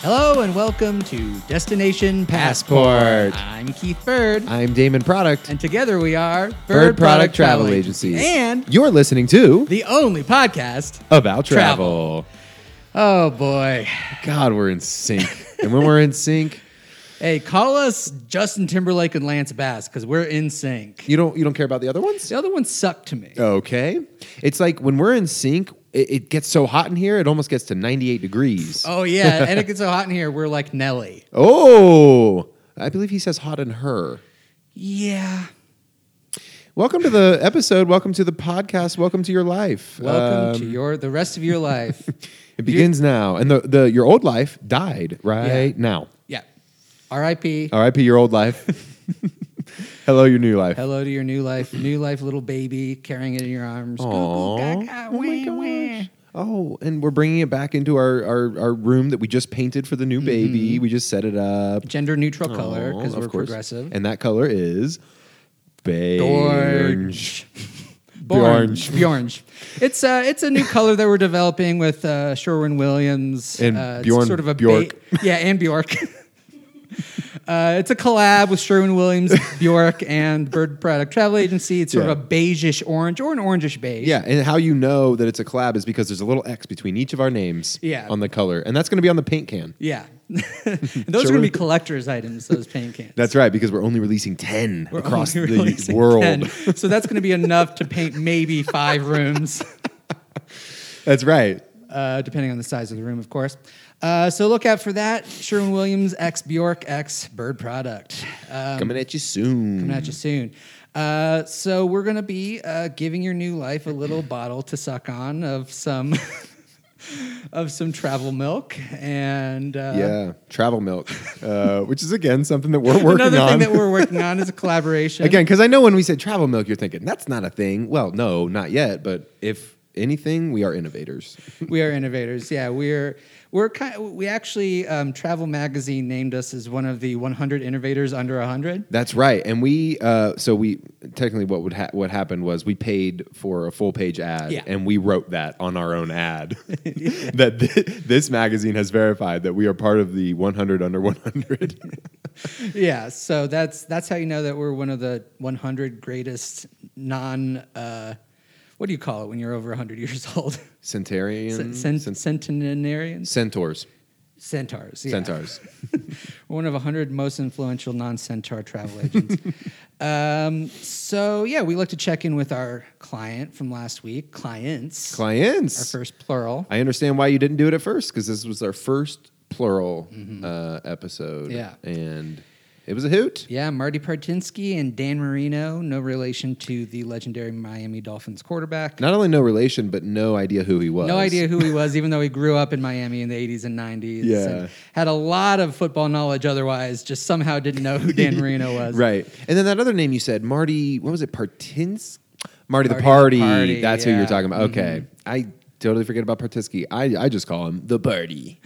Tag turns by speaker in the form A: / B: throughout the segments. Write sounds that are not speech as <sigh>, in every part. A: Hello and welcome to Destination Passport.
B: Passport.
A: I'm Keith Bird,
B: I'm Damon Product,
A: and together we are Bird, and
B: you're listening to
A: the only podcast.
B: About
A: Travel.
B: Travel.
A: Oh boy!
B: God, we're
A: <laughs>
B: in sync. and when we're in sync,
A: Hey, call us Justin Timberlake and Lance Bass because we're in sync.
B: you don't you don't care about the other ones?
A: The other one sucked to me.
B: Oh. Okay. It's like when we're in sync, it, it gets so hot in here, it almost gets to 98 degrees.
A: Oh yeah, and
B: <laughs>
A: it gets so hot in here. We're like Nelly.
B: Oh, I believe he says hot in her.
A: Yeah.
B: Welcome to the episode. Welcome to the podcast. Welcome to your life.
A: Welcome
B: Um,
A: to your the rest of your
B: <laughs>
A: life.
B: It begins now, and the, the your old life died right now.
A: yeah. R.I.P.
B: R.I.P. Your old life. <laughs> Hello, your new life.
A: Hello to your new life, new life, little baby carrying it in your arms. Goo goo
B: Aw.
A: gaga,
B: Oh, my
A: wah, wah.
B: gosh. Oh, and we're bringing it back into our, our, our room that we just painted for the new baby. We just set it up.
A: Gender neutral color
B: Aw,
A: because
B: Oh, of
A: we're
B: course.
A: progressive.
B: And that color is beige.
A: Orange.
B: Orange.
A: Bjornge. It's uh, it's a new color that we're developing with uh, Sherwin Williams
B: And
A: uh, it's
B: Bjorn
A: sort of a ba-
B: Bjork.
A: yeah, and Bjork. <laughs> uh, it's a collab with Sherwin Williams, Bjork, and Bird Product Travel Agency. It's sort
B: Yeah.
A: of a beigeish orange or an orangish beige.
B: Yeah, and how you know that it's a collab is because there's a little X between each of our names
A: Yeah.
B: on the color. And that's going to be on the paint can.
A: yeah. <laughs> And those are going to be
B: Sherwin-
A: collector's items. Those paint cans.
B: That's right, because we're only releasing 10
A: We're
B: across
A: only
B: the
A: releasing
B: world.
A: 10. So that's going to be enough to paint maybe five rooms,
B: That's right.
A: uh, depending on the size of the room, of course. Uh, so look out for that. Sherwin Williams X Bjork X Bird Product. Um,
B: Coming at you soon.
A: coming at you soon. Uh, so we're going to be uh, giving your new life a little bottle to suck on of some. <laughs> Of some travel milk and uh,
B: Yeah, travel milk, uh, which is again something that we're working
A: another
B: on.
A: thing that we're working on is a collaboration.
B: <laughs> again, because I know when we said travel milk, you're thinking that's not a thing. Well, no, not yet. But if anything, we are innovators.
A: we are innovators. Yeah, we're we're kind. We actually um, Travel Magazine named us as one of the 100 innovators under 100.
B: That's right. And we, uh, so we technically what would ha- what happened was we paid for a full page ad,
A: Yeah.
B: and we wrote that on our
A: <laughs>
B: own ad <laughs> that thi- this magazine has verified that we are part of the 100
A: <laughs>
B: under 100.
A: yeah, so that's that's how you know that we're one of the 100 greatest non. Uh, what do you call it when you're over 100 years old? <laughs>
B: Centurion,
A: Cen- cen-
B: cent-
A: Centenarians,
B: centaurs,
A: centaurs. Yeah.
B: centaurs.
A: We're one of 100 most influential non-centaur travel
B: <laughs>
A: agents. um, so yeah, we like to check in with our client from last week. Clients.
B: clients.
A: Our first plural.
B: I understand why you didn't do it at first because this was our first plural uh, episode.
A: Mm-hmm. Yeah.
B: And it was a hoot.
A: Yeah, Marty Partinsky and Dan Marino, no relation to the legendary Miami Dolphins quarterback.
B: Not only no relation, but no idea who he was.
A: No idea
B: <laughs>
A: who he was, even though he grew up in Miami in the 80s and 90s.
B: Yeah.
A: And had a lot of football knowledge otherwise, just somehow didn't know who
B: <laughs>
A: Dan Marino was.
B: Right. And then that other name you said, Marty, what was it? Partins? Marty, the
A: Marty
B: Party.
A: the Party,
B: That's who
A: yeah. Mm-hmm.
B: you're talking about. Okay. I totally forget about Partisky. I, I just call him the Party.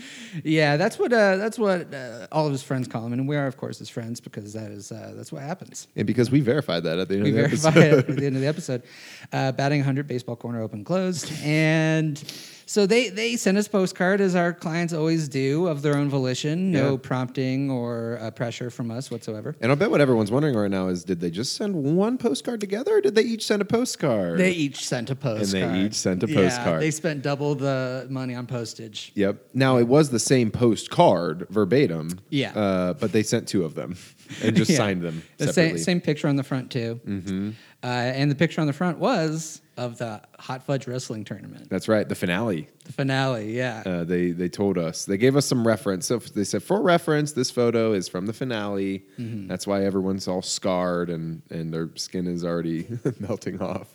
A: Yeah, that's what uh, that's what uh, all of his friends call him, and we are, of course, his friends because that is uh, that's what happens.
B: And because we verified that at the end
A: We
B: of the
A: verify
B: episode.
A: it at the end of the episode. Uh, batting 100, baseball corner open closed, and so they they sent us postcard as our clients always do of their own volition, no
B: Yeah.
A: prompting or uh, pressure from us whatsoever.
B: <laughs> And I bet what everyone's wondering right now is did they just send one postcard together or did they each send a postcard?
A: They each sent a postcard.
B: each sent a
A: Yeah,
B: postcard.
A: they spent double the money on postage.
B: Yep. Now it was the same postcard verbatim.
A: Yeah.
B: Uh, but they sent two
A: <laughs>
B: of them and just
A: Yeah.
B: signed them
A: The same,
B: separately.
A: same picture on the front too, mm-hmm. uh, and the picture on the front was of the Hot Fudge Wrestling Tournament,
B: That's right. The finale.
A: the finale. Yeah,
B: Uh, they they told us they gave us some reference. So they said for reference, this photo is from the finale.
A: Mm-hmm.
B: That's why everyone's all scarred and and their skin is already <laughs> melting off.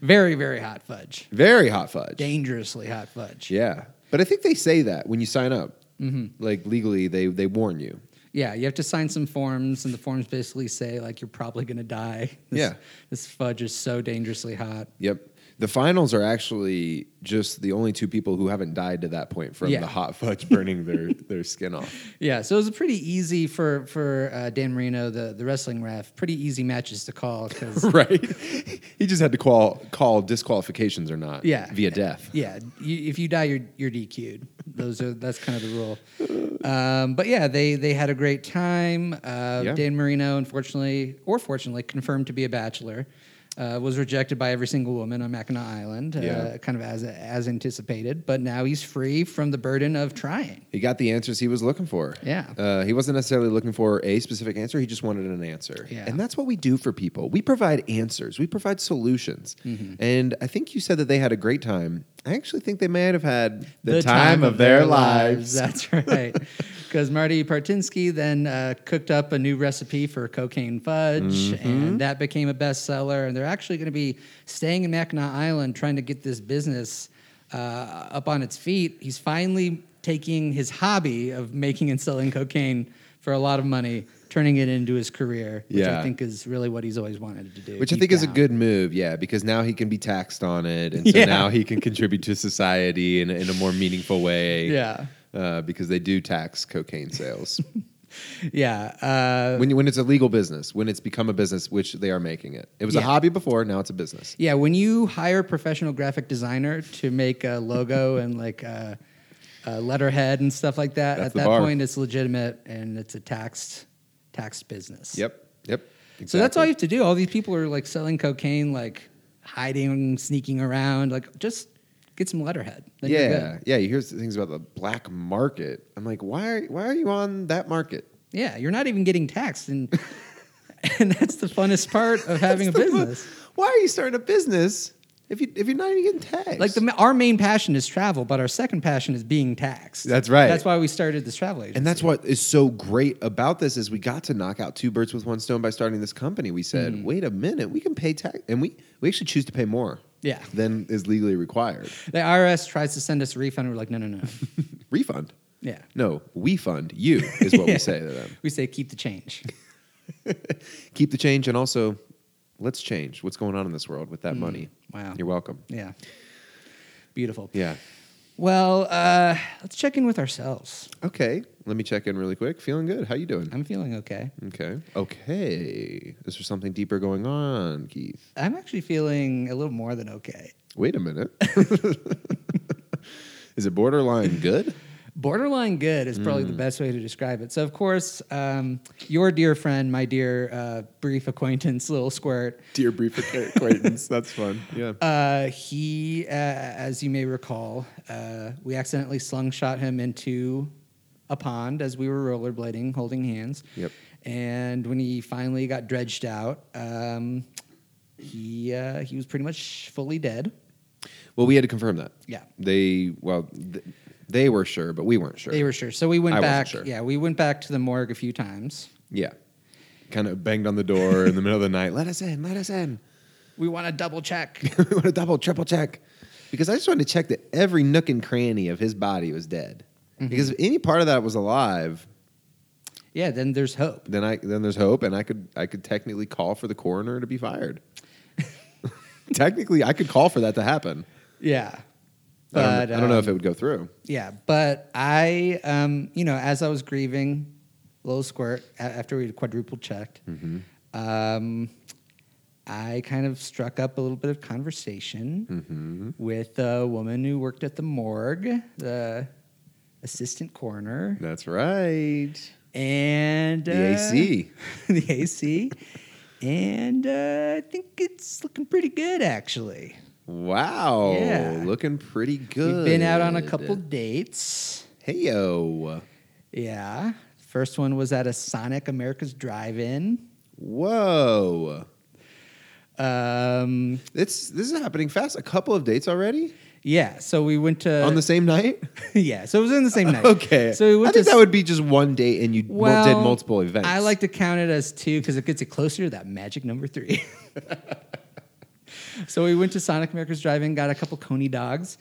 A: very very hot fudge,
B: Very hot fudge.
A: dangerously hot fudge.
B: Yeah. But I think they say that when you sign up,
A: Mm-hmm.
B: like legally, they they warn you.
A: Yeah, you have to sign some forms, and the forms basically say like you're probably gonna die. <laughs> This,
B: Yeah.
A: this fudge is so dangerously hot.
B: Yep. The finals are actually just the only two people who haven't died to that point from
A: Yeah.
B: the hot fudge burning <laughs> their, their skin off.
A: Yeah, so it was pretty easy for for uh, Dan Marino, the the wrestling ref. Pretty easy matches to call because
B: Right. he just had to call call disqualifications or not.
A: yeah,
B: Via death.
A: Yeah, you, if you die, you're you're DQ'd. Those are that's kind of the rule. Um, but yeah, they they had a great time. Uh,
B: Yeah.
A: Dan Marino, unfortunately or fortunately, confirmed to be a bachelor. Uh, was rejected by every single woman on Mackinac Island, uh,
B: Yeah.
A: kind of as as anticipated. But now he's free from the burden of trying.
B: He got the answers he was looking for.
A: Yeah.
B: Uh, he wasn't necessarily looking for a specific answer. He just wanted an answer.
A: Yeah.
B: And that's what we do for people. We provide answers, we provide solutions. And I think you said that they had a great time. I actually think they might have had the, time, of their, lives. <laughs>
A: That's right. <laughs> Because Marty Partinsky then uh, cooked up a new recipe for cocaine fudge,
B: Mm-hmm.
A: and that became a bestseller. And they're actually going to be staying in Mackinac Island trying to get this business uh, up on its feet. He's finally taking his hobby of making and selling cocaine for a lot of money, turning it into his career, which I
B: Yeah.
A: think is really what he's always wanted to do.
B: Which I
A: deep
B: think is a
A: down.
B: good move, yeah, because now he can be taxed on it, and so
A: Yeah.
B: now he can contribute to society in, a- in a more meaningful way.
A: Yeah.
B: uh, because they do tax cocaine sales <laughs>
A: Yeah. Uh,
B: when you, when it's a legal business, when it's become a business, which they are making it. It was a
A: Yeah.
B: hobby before, now it's a business.
A: Yeah, when you hire a professional graphic designer to make a
B: <laughs>
A: logo and like a, a letterhead and stuff like that,
B: That's
A: at
B: the
A: that
B: bar.
A: point it's legitimate and it's a taxed taxed business.
B: Yep, yep.
A: So that's all
B: exactly.
A: you have to do. All these people are like selling cocaine, like hiding, sneaking around, like just get some letterhead. Then you're
B: yeah,
A: good.
B: yeah. You hear s- things about the black market. I'm like, why are why are you on that market?
A: Yeah, you're not even getting taxed
B: <laughs>
A: and and that's the funnest part of having a
B: It's the fu-
A: business.
B: <laughs> Why are you starting a business if you if you're not even getting taxed?
A: Like the, our main passion is travel, but our second passion is being taxed.
B: That's right.
A: That's why we started this travel agency.
B: And that's what is so great about this is we got to knock out two birds with one stone by starting this company. We said,
A: Mm-hmm.
B: wait a minute, we can pay tax, and we we actually choose to pay more,
A: Yeah.
B: than is legally required.
A: The IRS tries to send us a refund. We're like, no, <laughs> no, no.
B: Refund?
A: Yeah.
B: No, we fund you is
A: Yeah. <laughs>
B: what we say to them.
A: We say keep the change. <laughs>
B: Keep the change, and also let's change what's going on in this world with that money.
A: Mm. Wow.
B: you're welcome.
A: Yeah. Beautiful.
B: Yeah.
A: Well, uh, let's check in with ourselves.
B: Okay. Let me check in really quick. Feeling good. How you doing?
A: I'm feeling okay.
B: Okay. Okay. Is there something deeper going on, Keith?
A: I'm actually feeling a little more than okay.
B: Wait a minute. <laughs> Is it borderline good?
A: Borderline good is probably the best way to describe it. So, of course, um, your dear friend, my dear uh, brief acquaintance, Little Squirt,
B: Dear brief acquaintance. That's fun. Yeah.
A: Uh, he, uh, as you may recall, uh, we accidentally slingshot him into a pond as we were rollerblading, holding hands.
B: Yep.
A: And when he finally got dredged out, um, he uh, he was pretty much fully dead.
B: Well, we had to confirm that.
A: Yeah.
B: They, well, th- they were sure, but we weren't sure.
A: They were sure. So we went
B: I wasn't
A: back.
B: sure.
A: Yeah, we went back to the morgue a few times.
B: Yeah. Kind of banged on the door in the middle of the night. Let us in. Let us in. <laughs>
A: We want to double check.
B: we want to double, triple check. Because I just wanted to check that every nook and cranny of his body was dead.
A: Mm-hmm.
B: Because if any part of that was alive,
A: <laughs> yeah, then there's hope.
B: then I then there's hope, and I could I could technically call for the coroner to
A: <laughs>
B: be fired. technically, I could call for that to happen.
A: Yeah.
B: I don't- I, don't, know
A: um,
B: if it would go through.
A: Yeah, but I, um, you know, as I was grieving, little squirt a- after we had quadruple checked, um, I kind of struck up a little bit of conversation with a woman who worked at the morgue, the assistant coroner,
B: That's right.
A: and uh,
B: The AC.
A: <laughs> the AC, and uh, I think it's looking pretty good actually.
B: Wow,
A: Yeah.
B: looking pretty good.
A: We've been out on a couple dates.
B: Hey yo,
A: Yeah. First one was at a Sonic America's Drive-In.
B: whoa!
A: Um,
B: It's this is happening fast. A couple of dates already
A: yeah, so we went to
B: on the same night.
A: yeah, so it was in the same Uh, <laughs>
B: <laughs>
A: night.
B: okay,
A: so we
B: I
A: went
B: think
A: to
B: that would be just one date, and you mul-
A: well,
B: did multiple events.
A: I like to count it as two because it gets it closer to that magic number three. <laughs> so we went to Sonic America's Drive-In, got a couple Coney dogs,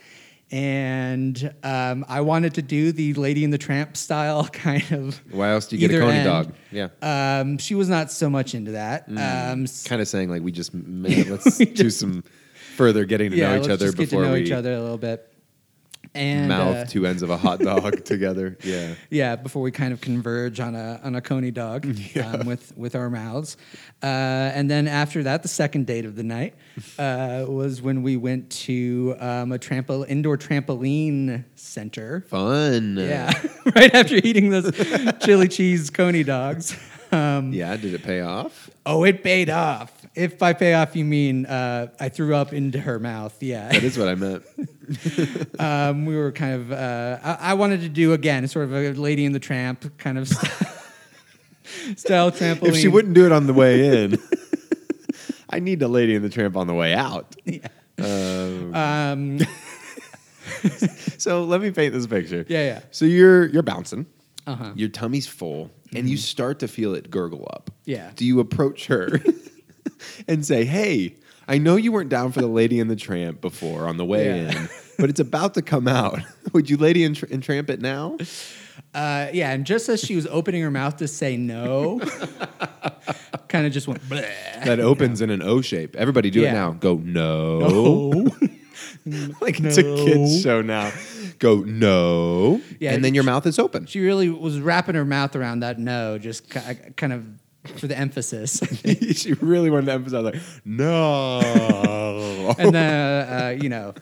A: and um, I wanted to do the Lady and the Tramp style <laughs> kind of.
B: Why else do you get a
A: either
B: coney
A: end.
B: dog? Yeah. Mm.
A: Um, she was not so much into that. Um, s-
B: kind of saying like we
A: <laughs>
B: just m- let's do some further getting to know each
A: let's
B: other
A: just
B: before
A: get to know
B: we
A: each other a little bit. and
B: mouth
A: uh,
B: two ends of a
A: <laughs>
B: hot dog together. Yeah.
A: yeah, before we kind of converge on a on a coney
B: <laughs>
A: dog um, with with our mouths, uh, and then after that, the second date of the
B: <laughs>
A: night uh, was when we went to um, a trampo- indoor trampoline center.
B: Fun.
A: Yeah, <laughs> right after eating
B: <laughs>
A: those chili cheese coney dogs. Um,
B: Yeah. Did it pay off?
A: oh, it paid off. If by pay off you mean uh, I threw up into her mouth. Yeah.
B: That is what
A: <laughs>
B: I meant.
A: um, we were kind of uh, I, I wanted to do again sort of a Lady in the Tramp kind of st- <laughs> style trampoline.
B: if she wouldn't do it on the
A: <laughs>
B: way in, I need a lady in the tramp on the way out.
A: um,
B: <laughs> So let me paint this picture.
A: Yeah, yeah.
B: So you're you're bouncing.
A: Uh-huh. Mm-hmm.
B: Your tummy's full, and you start to feel it gurgle up.
A: Yeah.
B: Do you
A: <laughs>
B: approach her and say, "Hey, I know you weren't down for the lady in the tramp before on the way
A: Yeah.
B: in, but it's about to come out. <laughs> Would you lady and, tr- and tramp it now?"
A: uh, yeah, and just as she was opening her mouth to say no, <laughs> kind of just went. Bleh.
B: That opens in an O shape. Everybody do
A: Yeah.
B: it now. Go no. <laughs> like it's a
A: No.
B: kids show now. Go no.
A: Yeah,
B: and then your mouth is
A: <laughs>
B: open. <laughs>
A: She really was wrapping her mouth around that no, just ki- kind of for the
B: <laughs>
A: emphasis.
B: she really wanted to emphasize like
A: <laughs>
B: no.
A: and then, uh, you know.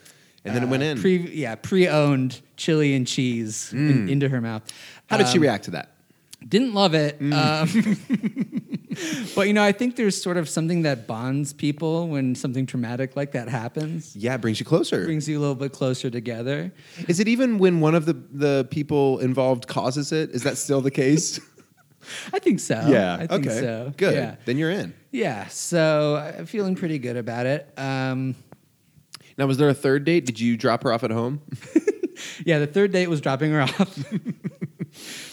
B: And then it
A: uh,
B: went in.
A: Pre, yeah, pre-owned chili and cheese in- into her mouth.
B: Mm. How did she
A: Um,
B: react to that?
A: Didn't love it.
B: Mm.
A: Um,
B: <laughs>
A: but you know, I think there's sort of something that bonds people when something traumatic like that happens.
B: Yeah, it brings you closer.
A: Brings you a little bit closer together.
B: is it even when one of the, the people involved causes it? Is that still the <laughs> case?
A: I think so. I think
B: okay.
A: so.
B: Good.
A: Yeah.
B: Then you're in.
A: yeah. So I'm feeling pretty good about it. Um,
B: Now, was there a third date? Did you drop her off at home? <laughs>
A: yeah, the third date was dropping her <laughs> off,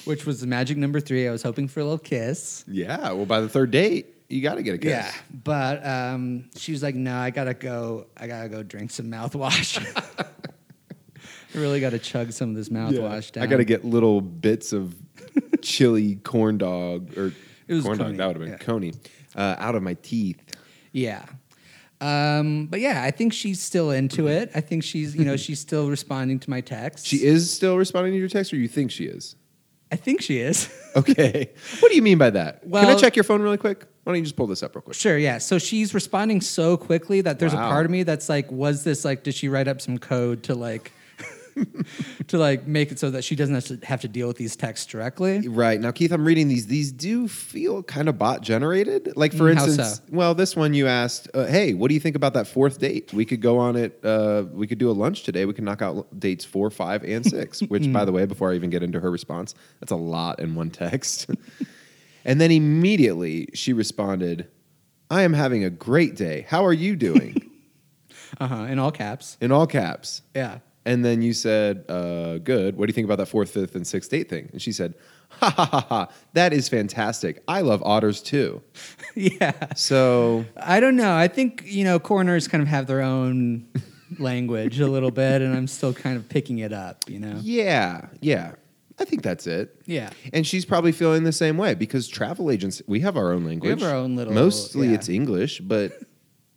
A: which was the magic number three. I was hoping for a little kiss.
B: yeah. Well, by the third date, you got to get a kiss.
A: Yeah, but um, she was like, "No, I gotta go. I gotta go drink some mouthwash. <laughs> I really gotta chug some of this mouthwash down."
B: I got to get little bits of
A: <laughs>
B: chili corn dog or
A: It was
B: corn
A: coney,
B: dog. That would have been
A: yeah.
B: coney uh, out of my teeth.
A: Yeah. Um, but yeah, I think she's still into it. I think she's, you
B: <laughs>
A: know, she's still responding to my texts.
B: She is still responding to your text, or you think she <laughs> is?
A: I think she is. <laughs>
B: Okay. what do you mean by that? Can
A: Well-
B: I check your phone really quick? Why don't you just pull this up real quick?
A: sure. Yeah. So she's responding so quickly that there's
B: Wow.
A: a part of me that's like, was this like, did she write up some code to like, <laughs> to like make it so that she doesn't have to, have to deal with these texts directly?
B: Right. Now, Keith, I'm reading these. These do feel kind of bot generated. Like, for
A: Mm, how
B: instance,
A: so?
B: well, this one you asked, uh, hey, what do you think about that fourth date? We could go on it. Uh, we could do a lunch today. We can knock out l- dates four, five, and
A: <laughs>
B: six, which,
A: Mm.
B: by the way, before I even get into her response, that's a lot in one text. <laughs> and then immediately she responded, I am having a great day. How are
A: <laughs>
B: you doing?
A: Uh huh. In all caps.
B: in all caps.
A: Yeah.
B: And then you said, uh, good. What do you think about that fourth, fifth, and sixth date thing? And she said, ha ha ha ha. That is fantastic. I love otters too.
A: yeah.
B: So
A: I don't know. I think, you know, coroners kind of have their own language a little bit, and I'm still kind of picking it up, you know?
B: yeah, yeah. I think that's it.
A: Yeah.
B: And she's probably feeling the same way because travel agents, we have our own
A: We
B: language.
A: have our own little-
B: Mostly
A: yeah.
B: it's English, but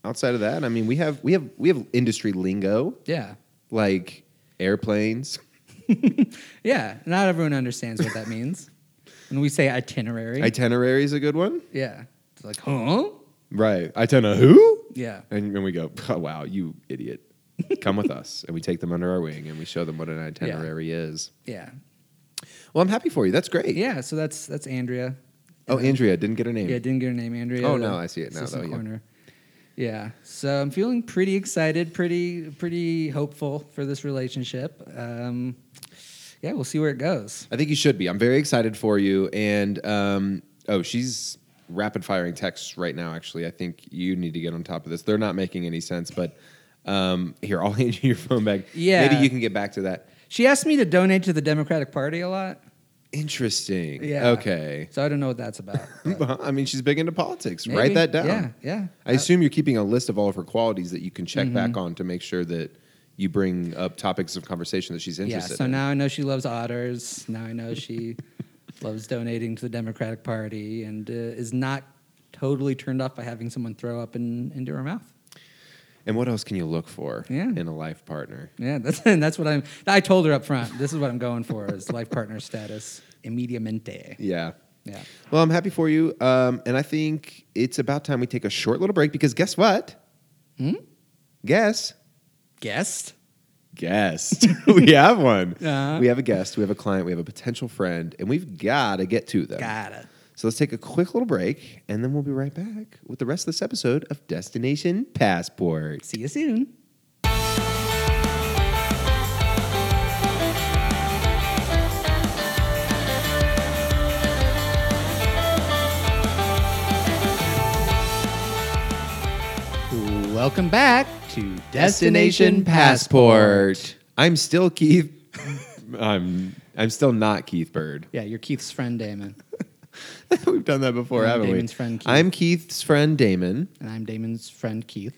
B: outside of that, I mean, we have we have we have industry lingo
A: Yeah.
B: like airplanes.
A: Yeah, not everyone understands what that means. When we say itinerary,
B: Itinerary is a good one,
A: yeah, it's like, huh?
B: right? Itiner who?
A: Yeah,
B: And, and we go, <laughs> oh, wow, you idiot. Come with us. And we take them under our wing and we show them what an itinerary is.
A: yeah,
B: Well, I'm happy for you. That's great.
A: yeah. So that's that's Andrea.
B: Oh, Andrea didn't get her name.
A: Yeah, didn't get her name, Andrea.
B: Oh,
A: the
B: no, I see it now,
A: assistant
B: though, yeah.
A: Corner. Yeah, so I'm feeling pretty excited, pretty pretty hopeful for this relationship. Um, yeah, we'll see where it goes.
B: I think you should be. I'm very excited for you. And um, oh, she's rapid firing texts right now, actually. I think you need to get on top of this. They're not making any sense, but um, here, I'll <laughs> hand you your phone back.
A: Yeah.
B: Maybe you can get back to that.
A: She asked me to donate to the Democratic Party a lot.
B: Interesting.
A: Yeah.
B: Okay.
A: So I don't know what that's
B: <laughs>
A: about. but
B: I mean, she's big into politics.
A: maybe.
B: Write that down.
A: Yeah, yeah.
B: I assume you're keeping a list of all of her qualities that you can check back
A: Mm-hmm.
B: on to make sure that you bring up topics of conversation that she's
A: Uh, Yeah,
B: interested
A: so
B: in.
A: now I know she loves otters. Now I know she <laughs> loves donating to the Democratic Party and uh, is not totally turned off by having someone throw up in, into her mouth.
B: And what else can you look for
A: Yeah.
B: in a life partner?
A: Yeah, <laughs> that's and that's what I'm. I told her up front. This is what I'm going for: is life partner status
B: <laughs>
A: immediatamente.
B: Yeah.
A: Yeah.
B: Well, I'm happy for you. Um, and I think it's about time we take a short little break because guess what?
A: Hmm?
B: Guess.
A: Guest.
B: Guest. <laughs> we have one.
A: Uh-huh.
B: We have a guest, we have a client, we have a potential friend, and we've got to get to them.
A: Gotta.
B: So let's take a quick little break, and then we'll be right back with the rest of this episode of Destination Passport.
A: See you soon. Welcome back to Destination Passport.
B: I'm still Keith. <laughs> I'm I'm still not Keith Bird.
A: Yeah, you're Keith's friend, Damon.
B: <laughs> We've done that before,
A: I'm
B: haven't
A: Damon's
B: we?
A: friend, Keith.
B: I'm Keith's friend Damon,
A: And I'm Damon's friend, Keith.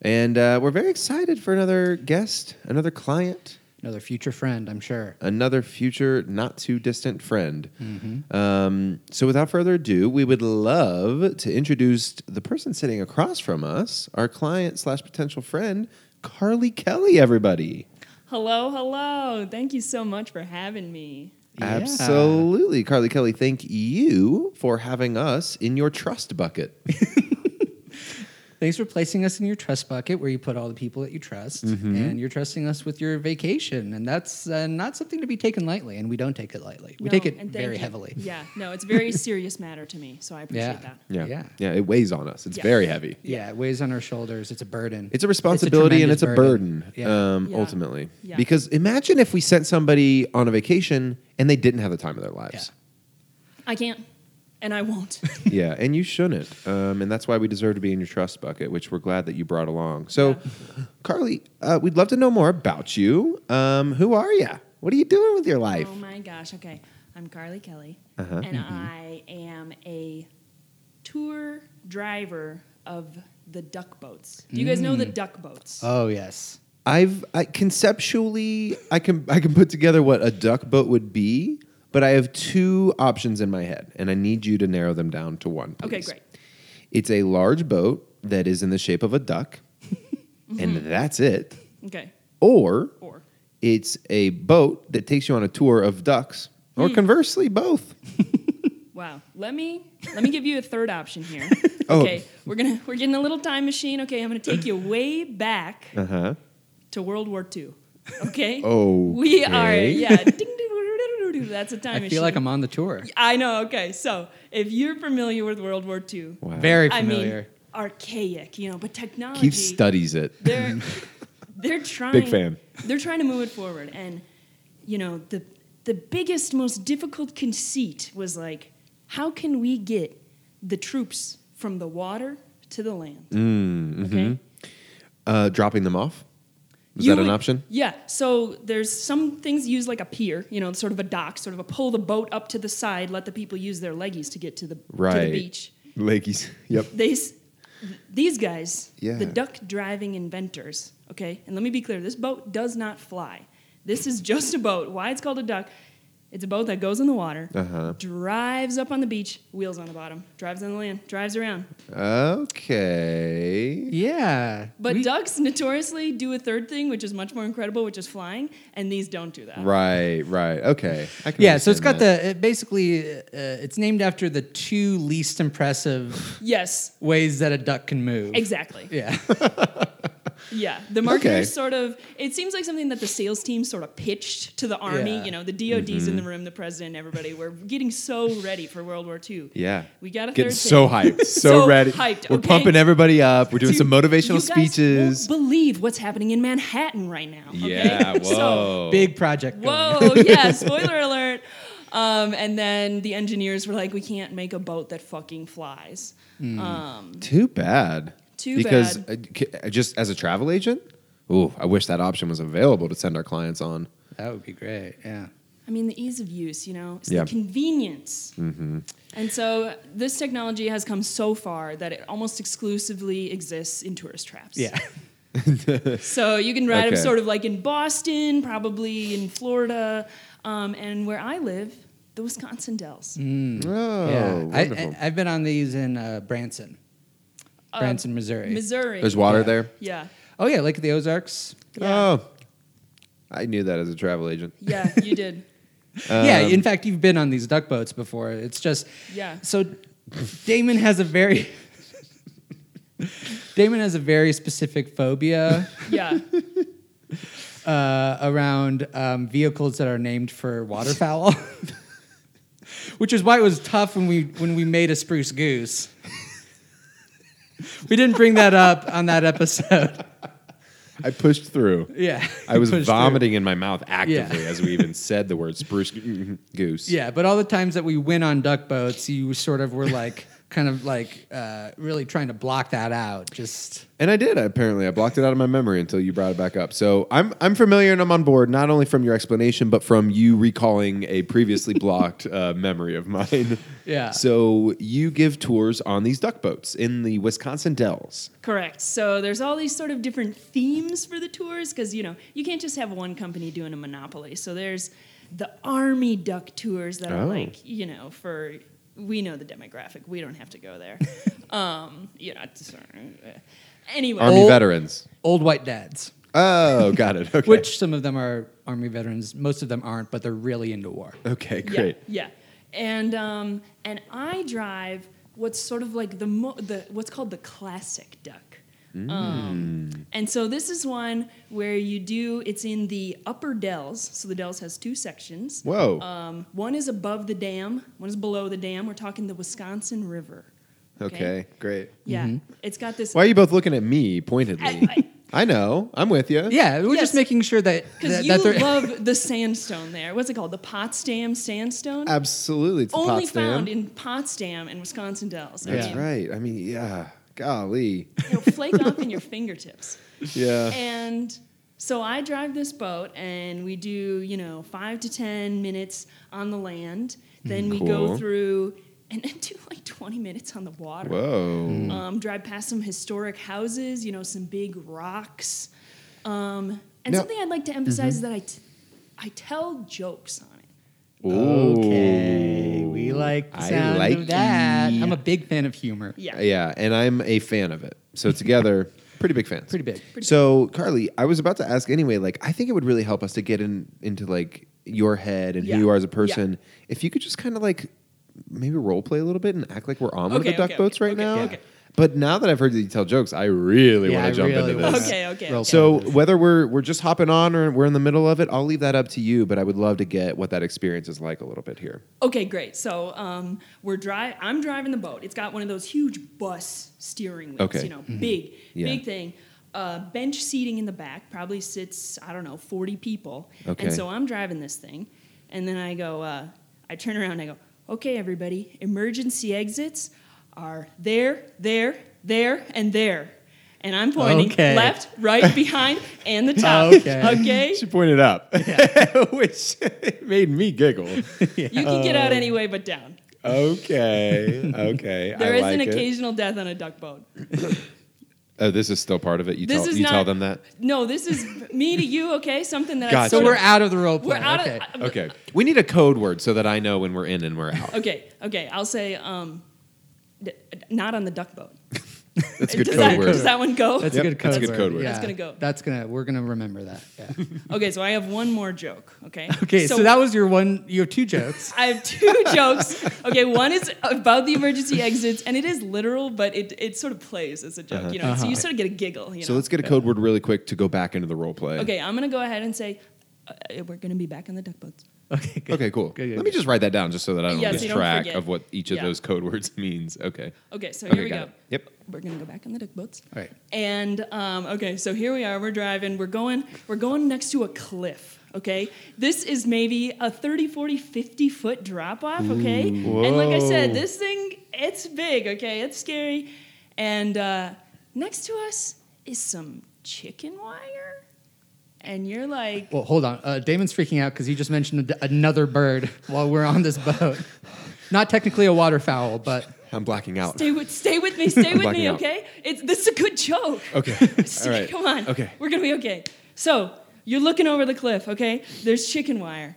B: and uh, we're very excited for another guest, another client,
A: Another future friend, I'm sure.
B: another future not too distant friend.
A: Mm-hmm.
B: Um, so, without further ado, we would love to introduce the person sitting across from us, our client slash potential friend, Carly Kelly. Everybody,
C: Hello, hello. Thank you so much for having me.
A: Yeah.
B: absolutely, Carly Kelly. Thank you for having us in your trust bucket.
A: Thanks for placing us in your trust bucket where you put all the people that you trust.
B: Mm-hmm.
A: And you're trusting us with your vacation. And that's uh, not something to be taken lightly. And we don't take it lightly. We
C: No,
A: take it
C: and thank
A: very
C: you.
A: heavily.
C: Yeah, no, it's a very <laughs> serious matter to me, so I appreciate
A: Yeah.
C: that.
B: Yeah.
A: Yeah.
B: It weighs on us. It's
C: Yeah.
B: very heavy.
A: Yeah, it weighs on our shoulders. It's a burden.
B: It's a responsibility and
A: tremendous
B: it's a burden,
A: Yeah.
B: Um,
C: Yeah.
B: ultimately.
C: Yeah.
B: Because imagine if we sent somebody on a vacation and they didn't have the time of their lives.
C: I can't, and I
A: <laughs>
C: won't.
B: Yeah, and you shouldn't. Um, and that's why we deserve to be in your trust bucket, which we're glad that you brought along. So, Carly, uh, we'd love to know more about you. Um, who are you? What are you doing with your life?
C: oh my gosh. Okay, I'm Carly Kelly,
B: Uh-huh.
C: and
A: Mm-hmm.
C: I am a tour driver of the duck boats. Do you guys know
A: Mm.
C: the duck boats?
A: Oh, yes.
B: I've I, conceptually I can I can put together what a duck boat would be, but I have two options in my head, and I need you to narrow them down to one.
C: Okay,
B: please.
C: great.
B: It's a large boat that is in the shape of a
C: <laughs>
B: duck, and that's it.
C: okay,
B: Or
C: or
B: it's a boat that takes you on a tour of ducks,
C: Hmm.
B: or conversely, both.
C: Wow. Let me let me give you a third option
A: <laughs>
C: here.
B: Oh.
C: Okay, we're gonna we're getting a little time machine. Okay, I'm gonna take you way back
B: Uh huh.
C: to World War II.
A: <laughs>
C: Okay.
B: Oh,
C: We are
B: okay.
C: yeah. Ding, ding, doo, doo, doo, doo, doo. That's a time
A: I
C: machine.
A: feel like I'm on the tour.
C: I know. Okay, so if you're familiar with World War II,
B: Wow.
A: Very
C: I
A: familiar.
C: mean archaic, you know, but technology.
B: Keith studies it.
A: <laughs>
C: They're they're trying.
B: fan.
C: They're trying to move it forward, and you know the the biggest, most difficult conceit was like, how can we get the troops from the water to the land?
A: Mm, mm-hmm.
C: Okay.
B: Uh, dropping them off. Is
C: You
B: that an
C: would-
B: option?
C: Yeah. So there's some things used like a pier, you know, sort of a dock, sort of a pull the boat up to the side, let the people use their leggies to get to the to
B: Right.
C: the beach.
B: Lakeys. Yep.
C: These these guys,
B: Yeah.
C: the duck driving inventors. Okay, and let me be clear: this boat does not fly. This is <laughs> just a boat. Why it's called a duck? It's a boat that goes in the water,
B: Uh-huh.
C: drives up on the beach, wheels on the bottom, drives on the land, drives around.
B: Okay.
A: yeah.
C: But
A: we-
C: ducks notoriously do a third thing, which is much more incredible, which is flying, and these don't do that.
B: Right, right. Okay. I can
A: yeah, so it's got
B: understand that.
A: the, it basically, uh, it's named after the two least
B: <sighs>
A: impressive
C: Yes,
A: ways that a duck can
B: <laughs>
A: move.
C: Exactly.
A: Yeah.
C: Yeah. The marketers
B: Okay.
C: sort of, it seems like something that the sales team sort of pitched to the army.
A: Yeah.
C: You know, the DOD's
B: Mm-hmm.
C: in the room, the president, everybody. We're getting so ready for World War II.
B: Yeah.
C: We got a
B: Getting
C: third
B: so
C: thing.
B: hyped,
C: <laughs>
B: so,
C: So
B: ready.
C: hyped,
B: We're
C: okay?
B: pumping everybody up. We're doing
C: Dude,
B: some motivational
C: you guys won't
B: speeches.
C: believe what's happening in Manhattan right now. Okay?
B: Yeah,
C: <laughs> so,
B: whoa.
A: Big project. going on.
C: whoa, <laughs>
B: <laughs>
C: yeah, spoiler alert. Um, and then the engineers were like, we can't make a boat that fucking flies.
B: Hmm.
C: Um,
B: Too bad.
C: Too
B: because
C: bad.
B: uh, c- uh, just as a travel agent, ooh, I wish that option was available to send our clients on.
A: That would be great. Yeah.
C: I mean, the ease of use, you know, it's
B: Yeah. Mm-hmm.
C: the convenience. And so this technology has come so far that it almost exclusively exists in tourist traps.
A: Yeah.
C: So you can ride
B: Okay.
C: them sort of like in Boston, probably in Florida, um, and where I live, the Wisconsin Dells.
B: Oh,
A: yeah. I,
B: wonderful.
A: I, have been on these in uh, Branson. Branson, Missouri.
C: Missouri.
B: There's water there.
C: Yeah.
A: oh yeah, like the Ozarks.
C: Yeah.
B: Oh, I knew that as a travel agent.
C: Yeah, you did.
A: yeah,
B: Um,
A: in fact, you've been on these duck boats before. It's just
C: Yeah.
A: So Damon has a very <laughs> Damon has a very specific phobia
C: Yeah.
A: uh, around um, vehicles that are named for waterfowl, <laughs> which is why it was tough when we when we made a spruce goose. we didn't bring that up on that episode. <laughs>
B: I pushed
C: <laughs>
B: through.
A: Yeah,
B: I was
A: Pushed through.
B: vomiting in my mouth actively
A: Yeah.
B: as we even said the word spruce
C: <laughs>
B: goose.
A: Yeah, but all the times that we went on duck boats, you sort of were
C: <laughs>
A: like, kind of like, uh, really trying to block that out. Just
B: And I did. Apparently, I blocked it out of my memory until you brought it back up. So I'm I'm familiar and I'm on board, not only from your explanation, but from you recalling a
C: <laughs>
B: previously blocked uh, memory of mine.
A: Yeah.
B: So you give tours on these duck boats in the Wisconsin Dells.
C: Correct. So there's all these sort of different themes for the tours because you know you can't just have one company doing a monopoly. So there's the army duck tours that are
B: Oh.
C: like you know for we know the demographic. We don't have to
B: <laughs>
C: go there. um, you know. it's- Anyway,
B: Army
A: Old-
B: veterans.
A: old white dads,
B: Oh, got it. <laughs> Okay.
A: which some of them are army veterans, most of them aren't, but they're really into
C: <laughs>
A: war.
B: okay, great.
C: Yeah, yeah. And um, and I drive what's sort of like the mo- the what's called the classic duck.
B: Mm.
C: Um, and so this is one where you do it's in the upper dells. So the dells has two sections.
B: Whoa.
C: Um, one is above the dam. One is below the dam. We're talking the Wisconsin River.
B: okay. great.
C: Yeah.
B: Mm-hmm.
C: It's got this.
B: Why are you both looking at me pointedly?
C: I-
B: I know. I'm with you.
A: Yeah, we're
C: Yes.
A: just making sure that
C: Because
A: that,
C: you
A: that they're <laughs>
C: love the sandstone there. What's it called? The Potsdam sandstone.
B: Absolutely. It's the
C: Only
B: Potsdam.
C: found in Potsdam and Wisconsin Dells. I
B: That's
C: mean,
B: right. I mean, yeah. Golly.
C: It'll flake off in your fingertips. <laughs>
B: Yeah.
C: And so I drive this boat, and we do you know five to ten minutes on the land. Then we
B: Hmm, Cool.
C: go through and then do like twenty minutes on the water.
B: Whoa.
C: Um, drive past some historic houses, you know, some big rocks. Um, and
B: Now- Mm-hmm.
C: something I'd like to emphasize is that I, t- I tell jokes on it.
A: okay. We like the
B: I
A: sound
B: like
A: of that.
B: ye.
A: I'm a big fan of humor.
C: Yeah.
B: Yeah, and I'm a fan of it. So
C: <laughs>
B: together, pretty big fans.
A: Pretty big.
B: so Carly, I was about to ask anyway. Like, I think it would really help us to get in into like your head and
C: Yeah.
B: who you are as a
C: Yeah.
B: person if you could just kind of like maybe role play a little bit and act like we're on one of the
C: Okay,
B: duck
C: okay,
B: boats
C: okay,
B: right
C: okay,
B: now.
C: okay.
B: But now that I've heard you tell jokes, I really
A: Yeah,
B: want
A: I
B: to jump
A: really
B: into
A: wanna
B: this.
C: that. Okay, okay,
A: roll
C: okay.
B: So
A: some of this.
B: whether we're we're just hopping on or we're in the middle of it, I'll leave that up to you. But I would love to get what that experience is like a little bit here.
C: Okay, great. So um, we're dri I'm driving the boat. It's got one of those huge bus steering wheels.
B: Okay. Mm-hmm.
C: You know, big,
B: Yeah.
C: big thing. Uh, bench seating in the back probably sits I don't know 40 people.
B: Okay.
C: And so I'm driving this thing, and then I go. Uh, I turn around and I go, "Okay, everybody, emergency exits are there, there, there, and there." And I'm pointing
A: Okay.
C: left,
A: <laughs>
C: right, behind, and the top.
A: Okay.
C: okay?
A: <laughs>
B: She pointed up, <laughs> which made me giggle.
C: You can get
A: Uh,
C: out any way but down.
B: Okay. Okay.
C: There
B: I
C: is
B: like
C: an
B: it.
C: occasional death on a duck boat.
B: Oh, this is still part of it. You
C: This
B: tell
C: is
B: you
C: not-
B: tell them
C: <laughs>
B: that.
C: No, this is me to you, okay? Something that I
B: Gotcha.
A: So
C: sort
A: we're
C: of-
A: out of the role
C: we're
A: play.
C: out
A: okay.
C: of uh,
B: Okay. We need a code word so that I know when we're in and we're out.
C: Okay, okay. I'll say um d- d- not on the duck boat.
B: That's a good
C: does,
B: code
C: that,
B: word.
C: does that one go?
A: that's
B: Yep,
A: a good code
B: that's a good
A: word.
B: code word.
A: Yeah.
C: That's gonna go.
A: That's gonna. We're gonna remember that. Yeah.
C: <laughs> okay, so I have one more joke, okay?
A: okay. so that was your one. You have two
C: <laughs>
A: jokes.
C: I have two jokes. Okay, one is about the emergency exits, and it is literal, but it, it sort of plays as a joke, you know. So you sort of get a giggle. You
B: Uh-huh. so
C: know?
B: let's get a code word really quick to go back into the role play.
C: Okay, I'm gonna go ahead and say uh, uh, we're gonna be back on the duck boats.
A: Okay. Good.
B: Okay, cool.
A: Good, good,
B: Let me
A: good.
B: just write that down just so that I don't
C: Yes,
B: lose
C: you don't
B: track
C: forget.
B: of what each of
C: Yeah.
B: those code words <laughs> means. Okay.
C: Okay, so
B: Okay,
C: here we
B: got
C: go.
B: it. Yep.
C: We're gonna go back on the duck boats.
A: All right.
C: And um, okay, so here we are. We're driving. We're going. We're going next to a cliff. Okay, this is maybe a 30, 40, 50 foot drop off. Okay, and like I said,
B: Whoa.
C: this thing it's big. Okay, it's scary. And uh, next to us is some chicken wire, and you're like,
A: Well, hold on. Uh, Damon's freaking out because he just mentioned a- another bird <laughs> while we're on this boat. Not technically a waterfowl, but
B: I'm blacking out.
C: stay with, stay with
B: <laughs>
C: me, stay with
B: blacking
C: me.
B: out.
C: Okay, it's this is a good joke. <laughs>
B: Okay.
C: Steve,
B: All right.
C: Come on.
B: Okay.
C: We're gonna be okay. So you're looking over the cliff, okay? There's chicken wire,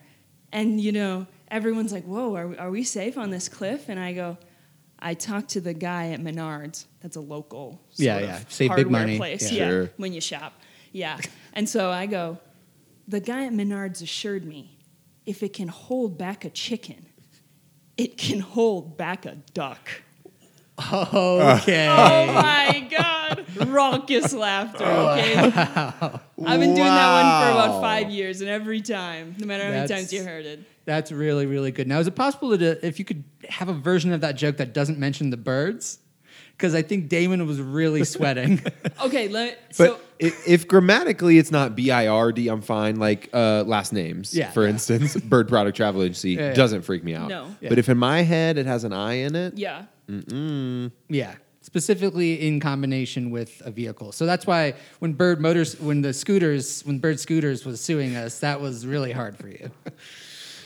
C: and you know everyone's like, "Whoa, are we, are we safe on this cliff?" And I go, I talked to the guy at Menards. That's a local. Sort
A: Yeah,
C: of
A: yeah. Save big
C: hardware
A: money.
C: Place.
A: Yeah.
C: Yeah,
B: Sure.
C: when you shop.
B: <laughs>
C: Yeah, and so I go. The guy at Menards assured me, if it can hold back a chicken, it can hold back a duck.
A: Okay.
C: Oh <laughs> my God. Raucous laughter. Okay. I've been doing that one for
B: Oh, Wow.
C: about five years, and every time, no matter how many times you
A: That's-
C: heard it,
A: That's really, really good. Now, is it possible to, if you could have a version of that joke that doesn't mention the birds? Because I think Damon was really sweating.
C: Okay, let so
B: But i if grammatically it's not B I R D, I'm fine. Like uh, last names,
A: Yeah.
B: for instance, <laughs> Bird Product Travel Agency
A: Yeah, yeah.
B: doesn't freak me out.
C: No.
A: Yeah.
B: But if in my head it has an I in it,
C: yeah,
A: yeah, specifically in combination with a vehicle. So that's why when Bird Motors, when the scooters, when Bird Scooters was suing us, that was really hard for you.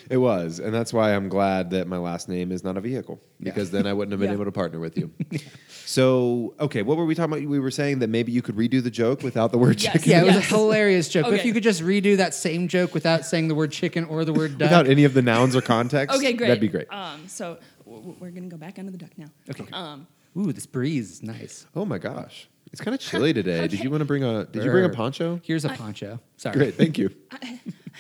B: it was. And that's why I'm glad that my last name is not a vehicle
A: Yeah.
B: because then I wouldn't have been
C: <laughs> Yeah.
B: able to partner
A: <laughs>
B: with you. So, okay, what were we talking about? We were saying that maybe you could redo the joke without the word
C: Yes.
A: <laughs>
B: chicken.
A: Yeah, it was
C: Yes.
A: a hilarious joke. But if
C: Okay.
A: you could just redo that same joke without saying the word chicken or the word duck.
B: Without any of the nouns or context,
C: okay, great.
B: That'd be great.
C: Um, so w- w- we're gonna go back under the duck now.
A: Okay.
C: Um,
A: Ooh, this breeze is nice.
B: oh my gosh, it's kind of
C: <laughs>
B: chilly today. Did
C: Okay.
B: you want to bring a? Did you bring a
A: Brr.
B: poncho?
A: Here's a poncho. Sorry.
B: Great,
A: <laughs>
B: thank you.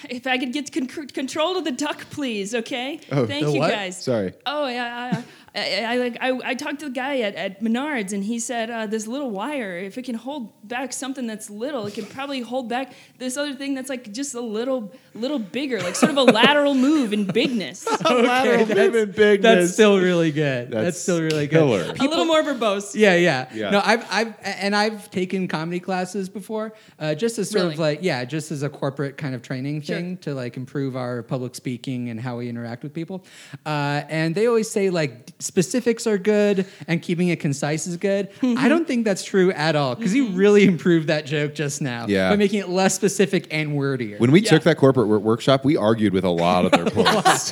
C: if I could get con- con- control of the duck, please. Okay.
B: Oh,
C: Thank
A: the
C: you
A: what?
C: guys.
B: Sorry.
C: Oh yeah, I, I, I, I like I, I talked to the guy at, at Menards and he said uh, this little wire, if it can hold back something that's little, it can probably hold back this other thing that's like just a little little bigger, like sort of a lateral move in bigness, a
B: Lateral movement bigness.
A: That's still really good. That's,
B: That's
A: still really
B: killer.
A: good.
C: little more verbose.
A: Yeah, yeah,
B: Yeah.
A: No, I've, I've, and I've taken comedy classes before, uh, just as sort of
C: Really?
A: like, yeah, just as a corporate kind of training
C: Sure.
A: thing to like improve our public speaking and how we interact with people. Uh, and they always say like specifics are good and keeping it concise is good.
B: Mm-hmm.
A: I don't think that's true at all because you really improved that joke just now
B: Yeah.
A: by making it less specific and wordier.
B: When we
C: Yeah.
B: took that corporate wor- workshop, we argued with a lot
A: <laughs>
B: of their points.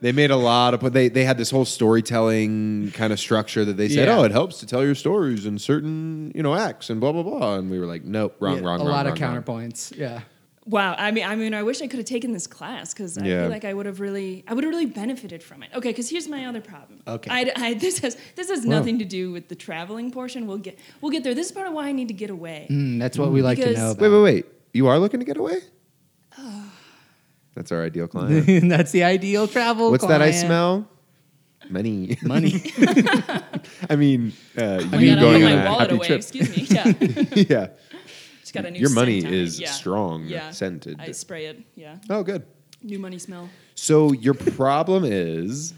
B: they made a lot of, but they they had this whole storytelling kind of structure that they said,
A: Yeah.
B: "Oh, it helps to tell your stories in certain you know acts and blah blah blah," and we were like, "Nope, wrong,
A: Yeah,
B: wrong,
A: a
B: wrong,
A: lot of
B: wrong, wrong.
A: counterpoints. Yeah.
C: Wow. I mean, I mean, I wish I could have taken this class because I
B: Yeah.
C: feel like I would have really, I would have really benefited from it. Okay. Because here's my other problem.
A: Okay.
C: I, I- <laughs> this has this has nothing to do with the traveling portion. We'll get we'll get there. This is part of why I need to get away.
B: Mm-hmm.
A: Mm, that's what we like to
C: Because-
A: know about. <laughs>
B: Wait, wait, wait! You are looking to get
A: <sighs>
B: away? That's our ideal
A: <laughs>
B: client.
A: that's the ideal travel.
B: What's that I
A: client.
B: smell? Money.
A: <laughs> Money.
B: <laughs> I mean, uh,
C: Oh my
B: you
C: God,
B: going on a
C: I put my wallet
B: happy
C: away.
B: trip.
C: Excuse me.
B: <laughs>
C: Yeah.
B: yeah,
C: Just got a new
B: your money
C: scent on it.
B: is
C: Yeah.
B: strong,
C: Yeah.
B: scented.
C: I spray it. Yeah.
B: Oh, good.
C: New money smell.
B: So your problem is,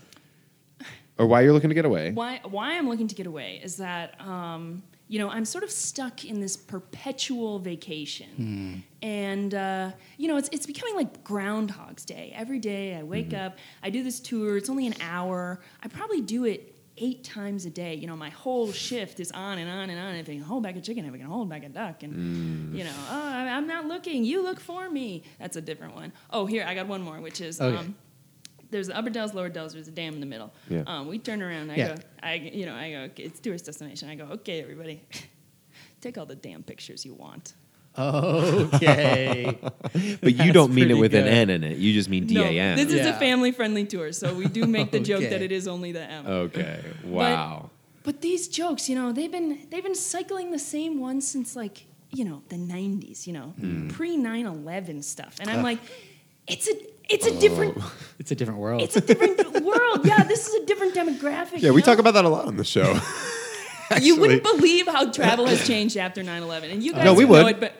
B: or why you're looking to get away?
C: Why why I'm looking to get away is that um, you know I'm sort of stuck in this perpetual vacation, and uh, you know it's it's becoming like Groundhog's Day. Every day I wake up, I do this tour. It's only an hour. I probably do it. Eight times a day, you know, my whole shift is on and on and on. If I can hold back a chicken, if I can hold back a duck, and you know, oh, I- I'm not looking. You look for me. That's a different one. Oh, here I got one more, which is
A: Okay.
C: um, there's the upper dells, lower dells. There's a dam in the middle.
B: Yeah.
C: Um, we turn around. I
A: Yeah.
C: go. I you know I go. Okay, it's tourist destination. I go. Okay, everybody, <laughs> take all the damn pictures you want.
B: <laughs>
A: Okay.
B: But you
A: That's
B: don't mean it
A: pretty
B: with an
A: good.
B: N in it. You just mean D A
C: No, this
B: N.
C: is
A: Yeah.
C: a family-friendly tour, so we do make
B: <laughs>
C: the joke that
A: Okay.
C: it is only the M.
B: Okay. Wow.
C: But these jokes, you know, they've been they've been cycling the same ones since like you know the '90s, you know,
B: Hmm.
C: pre 9/11 stuff, and I'm like, it's a it's
B: Oh.
C: a different
B: <laughs>
A: it's a different world.
C: it's a different world. Yeah, this is a different demographic.
B: yeah,
C: you
B: we
C: know?
B: talk about that a lot on the show. <laughs>
C: You wouldn't believe how travel has changed after 9/11, and you guys
B: Uh, No, we
C: know
B: would.
C: it, but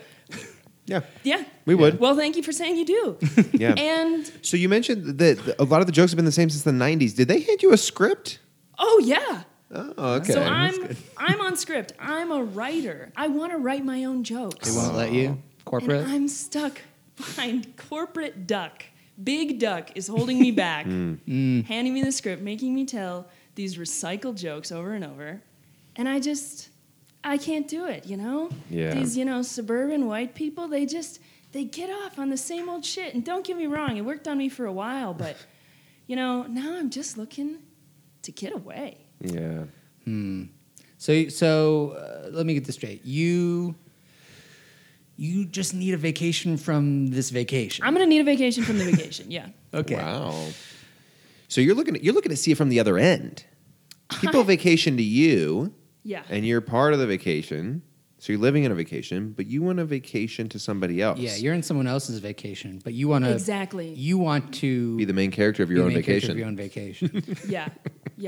B: yeah,
C: yeah,
B: we would.
C: Well, thank you for saying you do.
B: <laughs> Yeah.
C: And
B: So you mentioned that a lot of the jokes have been the same since the '90s. Did they hand you a script?
C: oh yeah.
B: Oh, okay.
C: So I'm I'm on script. I'm a writer. I want to write my own
A: they
C: jokes.
A: won't let you.
C: And
A: Corporate.
C: I'm stuck behind corporate duck. Big duck is holding me back, handing me the script, making me tell these recycled jokes over and over. And I just I can't do it, you know?
B: Yeah.
C: These, you know, suburban white people, they just they get off on the same old shit. And don't get me wrong, it worked on me for a while, but you know, now I'm just looking to get away.
B: yeah.
A: So so uh, let me get this straight. You you just need a vacation from this vacation.
C: I'm gonna need a vacation from the vacation, yeah.
A: okay.
B: Wow. So you're looking at you're looking to see it from the other end.
C: <laughs>
B: people vacation to you,
C: Yeah.
B: and you're part of the vacation, so you're living in a vacation, but you want a vacation to somebody else.
A: Yeah, you're in someone else's vacation, but you want to
C: Exactly.
A: You want to
B: be the main character of
A: be
B: your
A: the
B: own
A: main character
B: vacation.
A: of Your own
B: <laughs>
A: vacation.
C: yeah,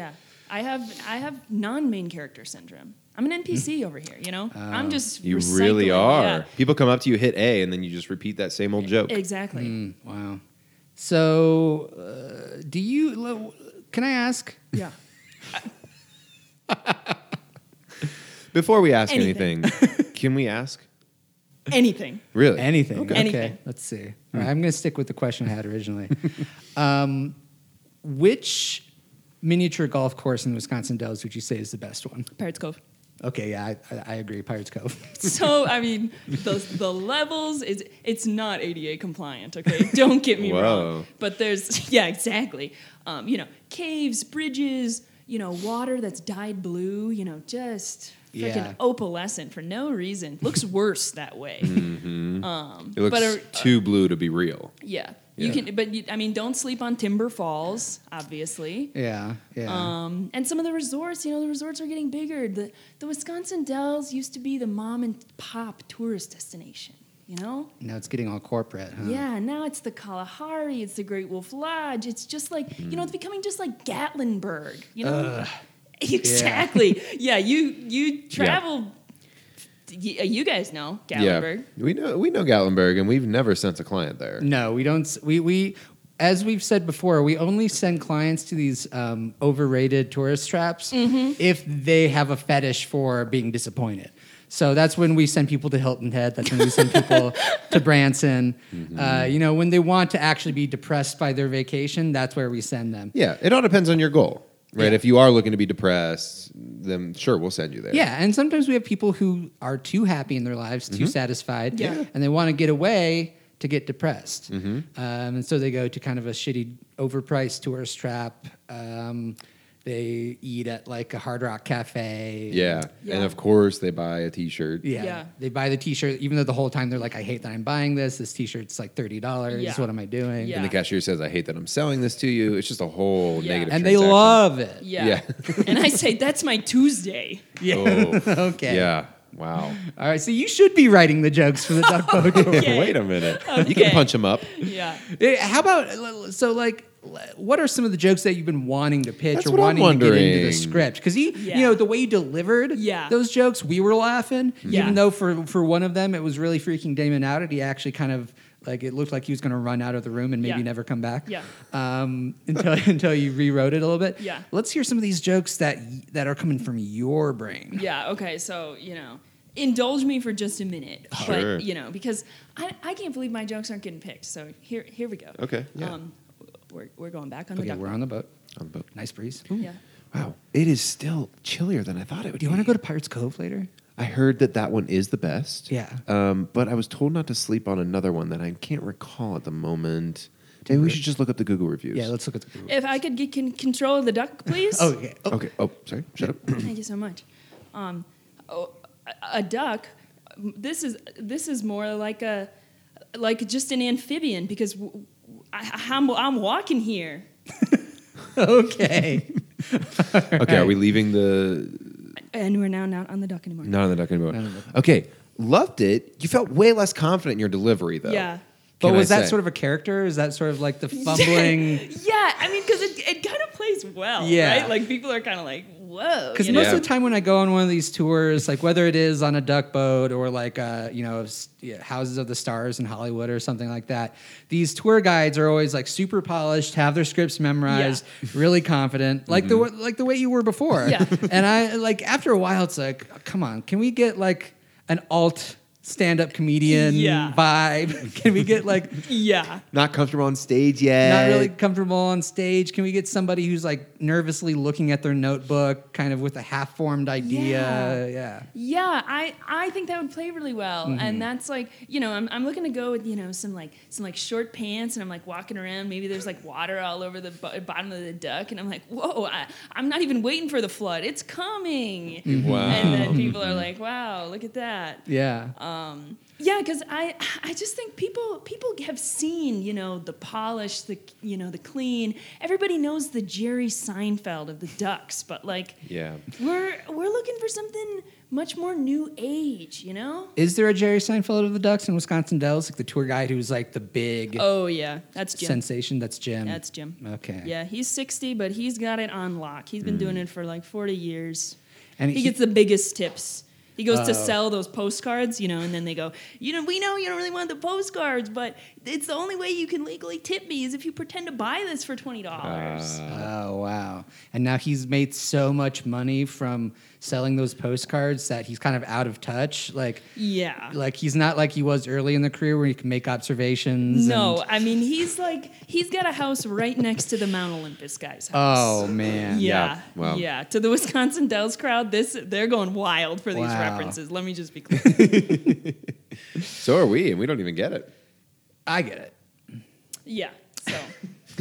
C: yeah. I have I have non-main character syndrome. I'm an NPC over here. You know, I'm just
B: Hmm. Oh. you
C: recycling-
B: really are.
C: yeah.
B: People come up to you, hit A, and then you just repeat that same old joke.
C: Exactly.
B: Hmm.
A: Mm, wow. So, uh, do you? lo- Can I ask?
C: Yeah.
B: Before we ask anything,
C: Anything.
A: <laughs>
B: can we ask?
C: Anything.
B: Really?
A: Anything. Okay.
C: Anything.
A: Let's see. All right, I'm going to stick with the question I had originally. <laughs> um, which miniature golf course in the Wisconsin Dells would you say is the best one?
C: Pirates Cove.
A: Okay, yeah, I, I, I agree. Pirates Cove.
C: So I mean, the the levels is it's not ADA compliant. Okay, don't get me
B: Whoa.
C: wrong. But there's <laughs> yeah, exactly. Um, you know, caves, bridges. You know, water that's dyed blue. You know, just freaking
A: Yeah.
C: opalescent for no reason. Looks worse that way.
B: Hmm.
C: Um,
B: It looks
C: but a-
B: too blue to be real.
C: Yeah.
B: Yeah.
C: You can, but you, I mean, don't sleep on Timber Falls, obviously.
A: yeah, yeah.
C: Um, and some of the resorts, you know, the resorts are getting bigger. The, the Wisconsin Dells used to be the mom and pop tourist destination, you know?
A: now it's getting all corporate. Huh?
C: Yeah, now it's the Kalahari, it's the Great Wolf Lodge. It's just like, you know, it's becoming just like Gatlinburg, you know? <laughs> exactly. Yeah, you you travel, y- uh, you guys know Gatlinburg.
B: Yeah, we know we know Gatlinburg, and we've never sent a client there.
A: No, we don't. s- We we as we've said before, we only send clients to these um, overrated tourist traps if they have a fetish for being disappointed. So that's when we send people to Hilton Head. That's when we send people to Branson. Uh, you know, when they want to actually be depressed by their vacation, that's where we send them.
B: Yeah, it all depends on your goal, right?
A: Yeah.
B: If you are looking to be depressed, then sure, we'll send you there.
A: Yeah, and sometimes we have people who are too happy in their lives,
B: Mm-hmm.
A: too satisfied,
C: Yeah. Yeah.
A: and they want to get away to get depressed.
B: Mm-hmm.
A: Um, and so they go to kind of a shitty, overpriced tourist trap. Um, they eat at like a Hard Rock Cafe.
B: yeah,
C: Yeah.
B: and of course they buy a T-shirt.
A: Yeah.
C: Yeah.
A: They buy the t shirt, even though the whole time they're like, I hate that I'm buying this. This t shirt's like $30.
C: Yeah.
A: What am I doing?
C: Yeah.
B: and the cashier says, "I hate that I'm selling this to you." It's just a whole
C: Yeah.
B: negative.
A: And they
B: transaction.
A: love it.
C: Yeah. and I say, that's my Tuesday. <laughs>
A: <laughs> Yeah.
B: Oh,
A: okay.
B: yeah. Wow.
A: All right. So you should be writing the jokes for the Duck Boat
B: <laughs>
A: Tour.
C: Okay.
B: Wait a minute. You can
C: Okay.
B: punch them up.
C: Yeah.
A: Eh, How about so like what are some of the jokes that you've been wanting to pitch
B: That's
A: or
B: what I'm
A: wanting to get into
B: wondering.
A: the script? Because you
C: Yeah.
A: you know the way you delivered
C: Yeah.
A: those jokes, we were laughing.
C: Yeah.
A: Even though for for one of them it was really freaking Damon out, and he actually kind of like it looked like he was going to run out of the room and maybe
C: Yeah.
A: never come back.
C: Yeah.
A: Um, <laughs> until until you rewrote it a little bit.
C: Yeah.
A: Let's hear some of these jokes that y- that are coming from your brain.
C: Yeah. Okay. So you know, indulge me for just a minute,
B: Sure.
C: but you know, because I, I can't believe my jokes aren't getting picked. So here here we go.
B: Okay, yeah.
C: Um, we're, we're going back on the
A: Okay,
C: duck.
A: we're on the boat.
B: On the boat.
A: Nice breeze.
C: yeah.
B: Wow. It is still chillier than I thought it would.
A: Do you want to go to Pirates Cove later?
B: I heard that that one is the best.
A: Yeah.
B: Um, but I was told not to sleep on another one that I can't recall at the moment. Maybe we should just look up the Google reviews.
A: Yeah. Let's look at the.
C: If I could get con- control of
A: <laughs>
C: the duck, please.
A: Oh, yeah. Oh,
B: Okay. Oh, sorry.
A: <laughs>
B: Shut up.
C: Thank you so much. Um, oh, a, a duck. um, This is this is more like a like just an amphibian because w- w- I, am I'm walking here.
A: <laughs> okay.
B: <laughs> Okay. Are we leaving the
C: And we're now not on the duck anymore.
B: Not on the duck anymore.
A: Not on the duck.
B: Okay, loved it. You felt way less confident in your delivery though.
C: Yeah.
A: But
B: Can
A: was
B: I
A: that
B: say?
A: sort of a character? Is that sort of
C: <laughs>
A: like the fumbling?
C: yeah, I mean, because it, it kind of plays well,
A: Yeah.
C: right? Like people are kind of like, whoa.
A: Because
C: you know?
A: most
B: Yeah.
A: of the time when I go on one of these tours, like whether it is on a duck boat or like uh, you know s- yeah, Houses of the Stars in Hollywood or something like that, these tour guides are always like super polished, have their scripts memorized,
C: <laughs>
A: really confident, like the
B: Mm-hmm.
A: the like the way you were before.
C: Yeah.
A: <laughs> and I like after a while, it's like, oh, come on, can we get like an alt stand-up comedian
C: Yeah.
A: vibe? <laughs> can we get like
C: yeah,
B: Not comfortable on stage yet.
A: not really comfortable on stage. Can we get somebody who's like nervously looking at their notebook, kind of with a half formed idea? Yeah.
C: Yeah. yeah. I I think that would play really well,
A: Mm-hmm.
C: and that's like you know I'm I'm looking to go with you know some like some like short pants, and I'm like walking around. Maybe there's like water all over the bo- bottom of the duck, and I'm like, whoa, I, I'm not even waiting for the flood. It's coming.
A: Mm-hmm. <laughs>
B: Wow.
C: And then people are like, wow, look at that.
A: Yeah.
C: Um, yeah, because I I just think people people have seen you know the polish, the you know the clean. Everybody knows the Jerry Seinfeld of the Ducks, but like
B: Yeah.
C: we're we're looking for something much more new age, you know.
A: Is there a Jerry Seinfeld of the Ducks in Wisconsin Dells? Like the tour guide who's like the big
C: Oh yeah, that's Jim.
A: sensation? That's Jim.
C: That's Jim.
A: Okay.
C: Yeah, he's 60, but he's got it on lock. He's been doing it for like 40 years.
A: And
C: he,
A: he-
C: gets the biggest tips. He goes
A: Oh.
C: to sell those postcards, you know, and then they go, you know, we know you don't really want the postcards, but it's the only way you can legally tip me is if you pretend to buy this for twenty dollars.
A: Oh wow! And now he's made so much money from selling those postcards that he's kind of out of touch. Like,
C: yeah.
A: like he's not like he was early in the career where he can make observations.
C: no,
A: and-
C: I mean he's like he's got a house right next to the Mount Olympus guy's house.
A: oh man.
C: Yeah.
B: Yeah, wow.
C: Yeah. To the Wisconsin Dells crowd, this they're going wild for these
A: Wow.
C: references. Let me just
A: <laughs>
C: be clear.
B: So are we, and we don't even get it.
A: I get it.
C: yeah. So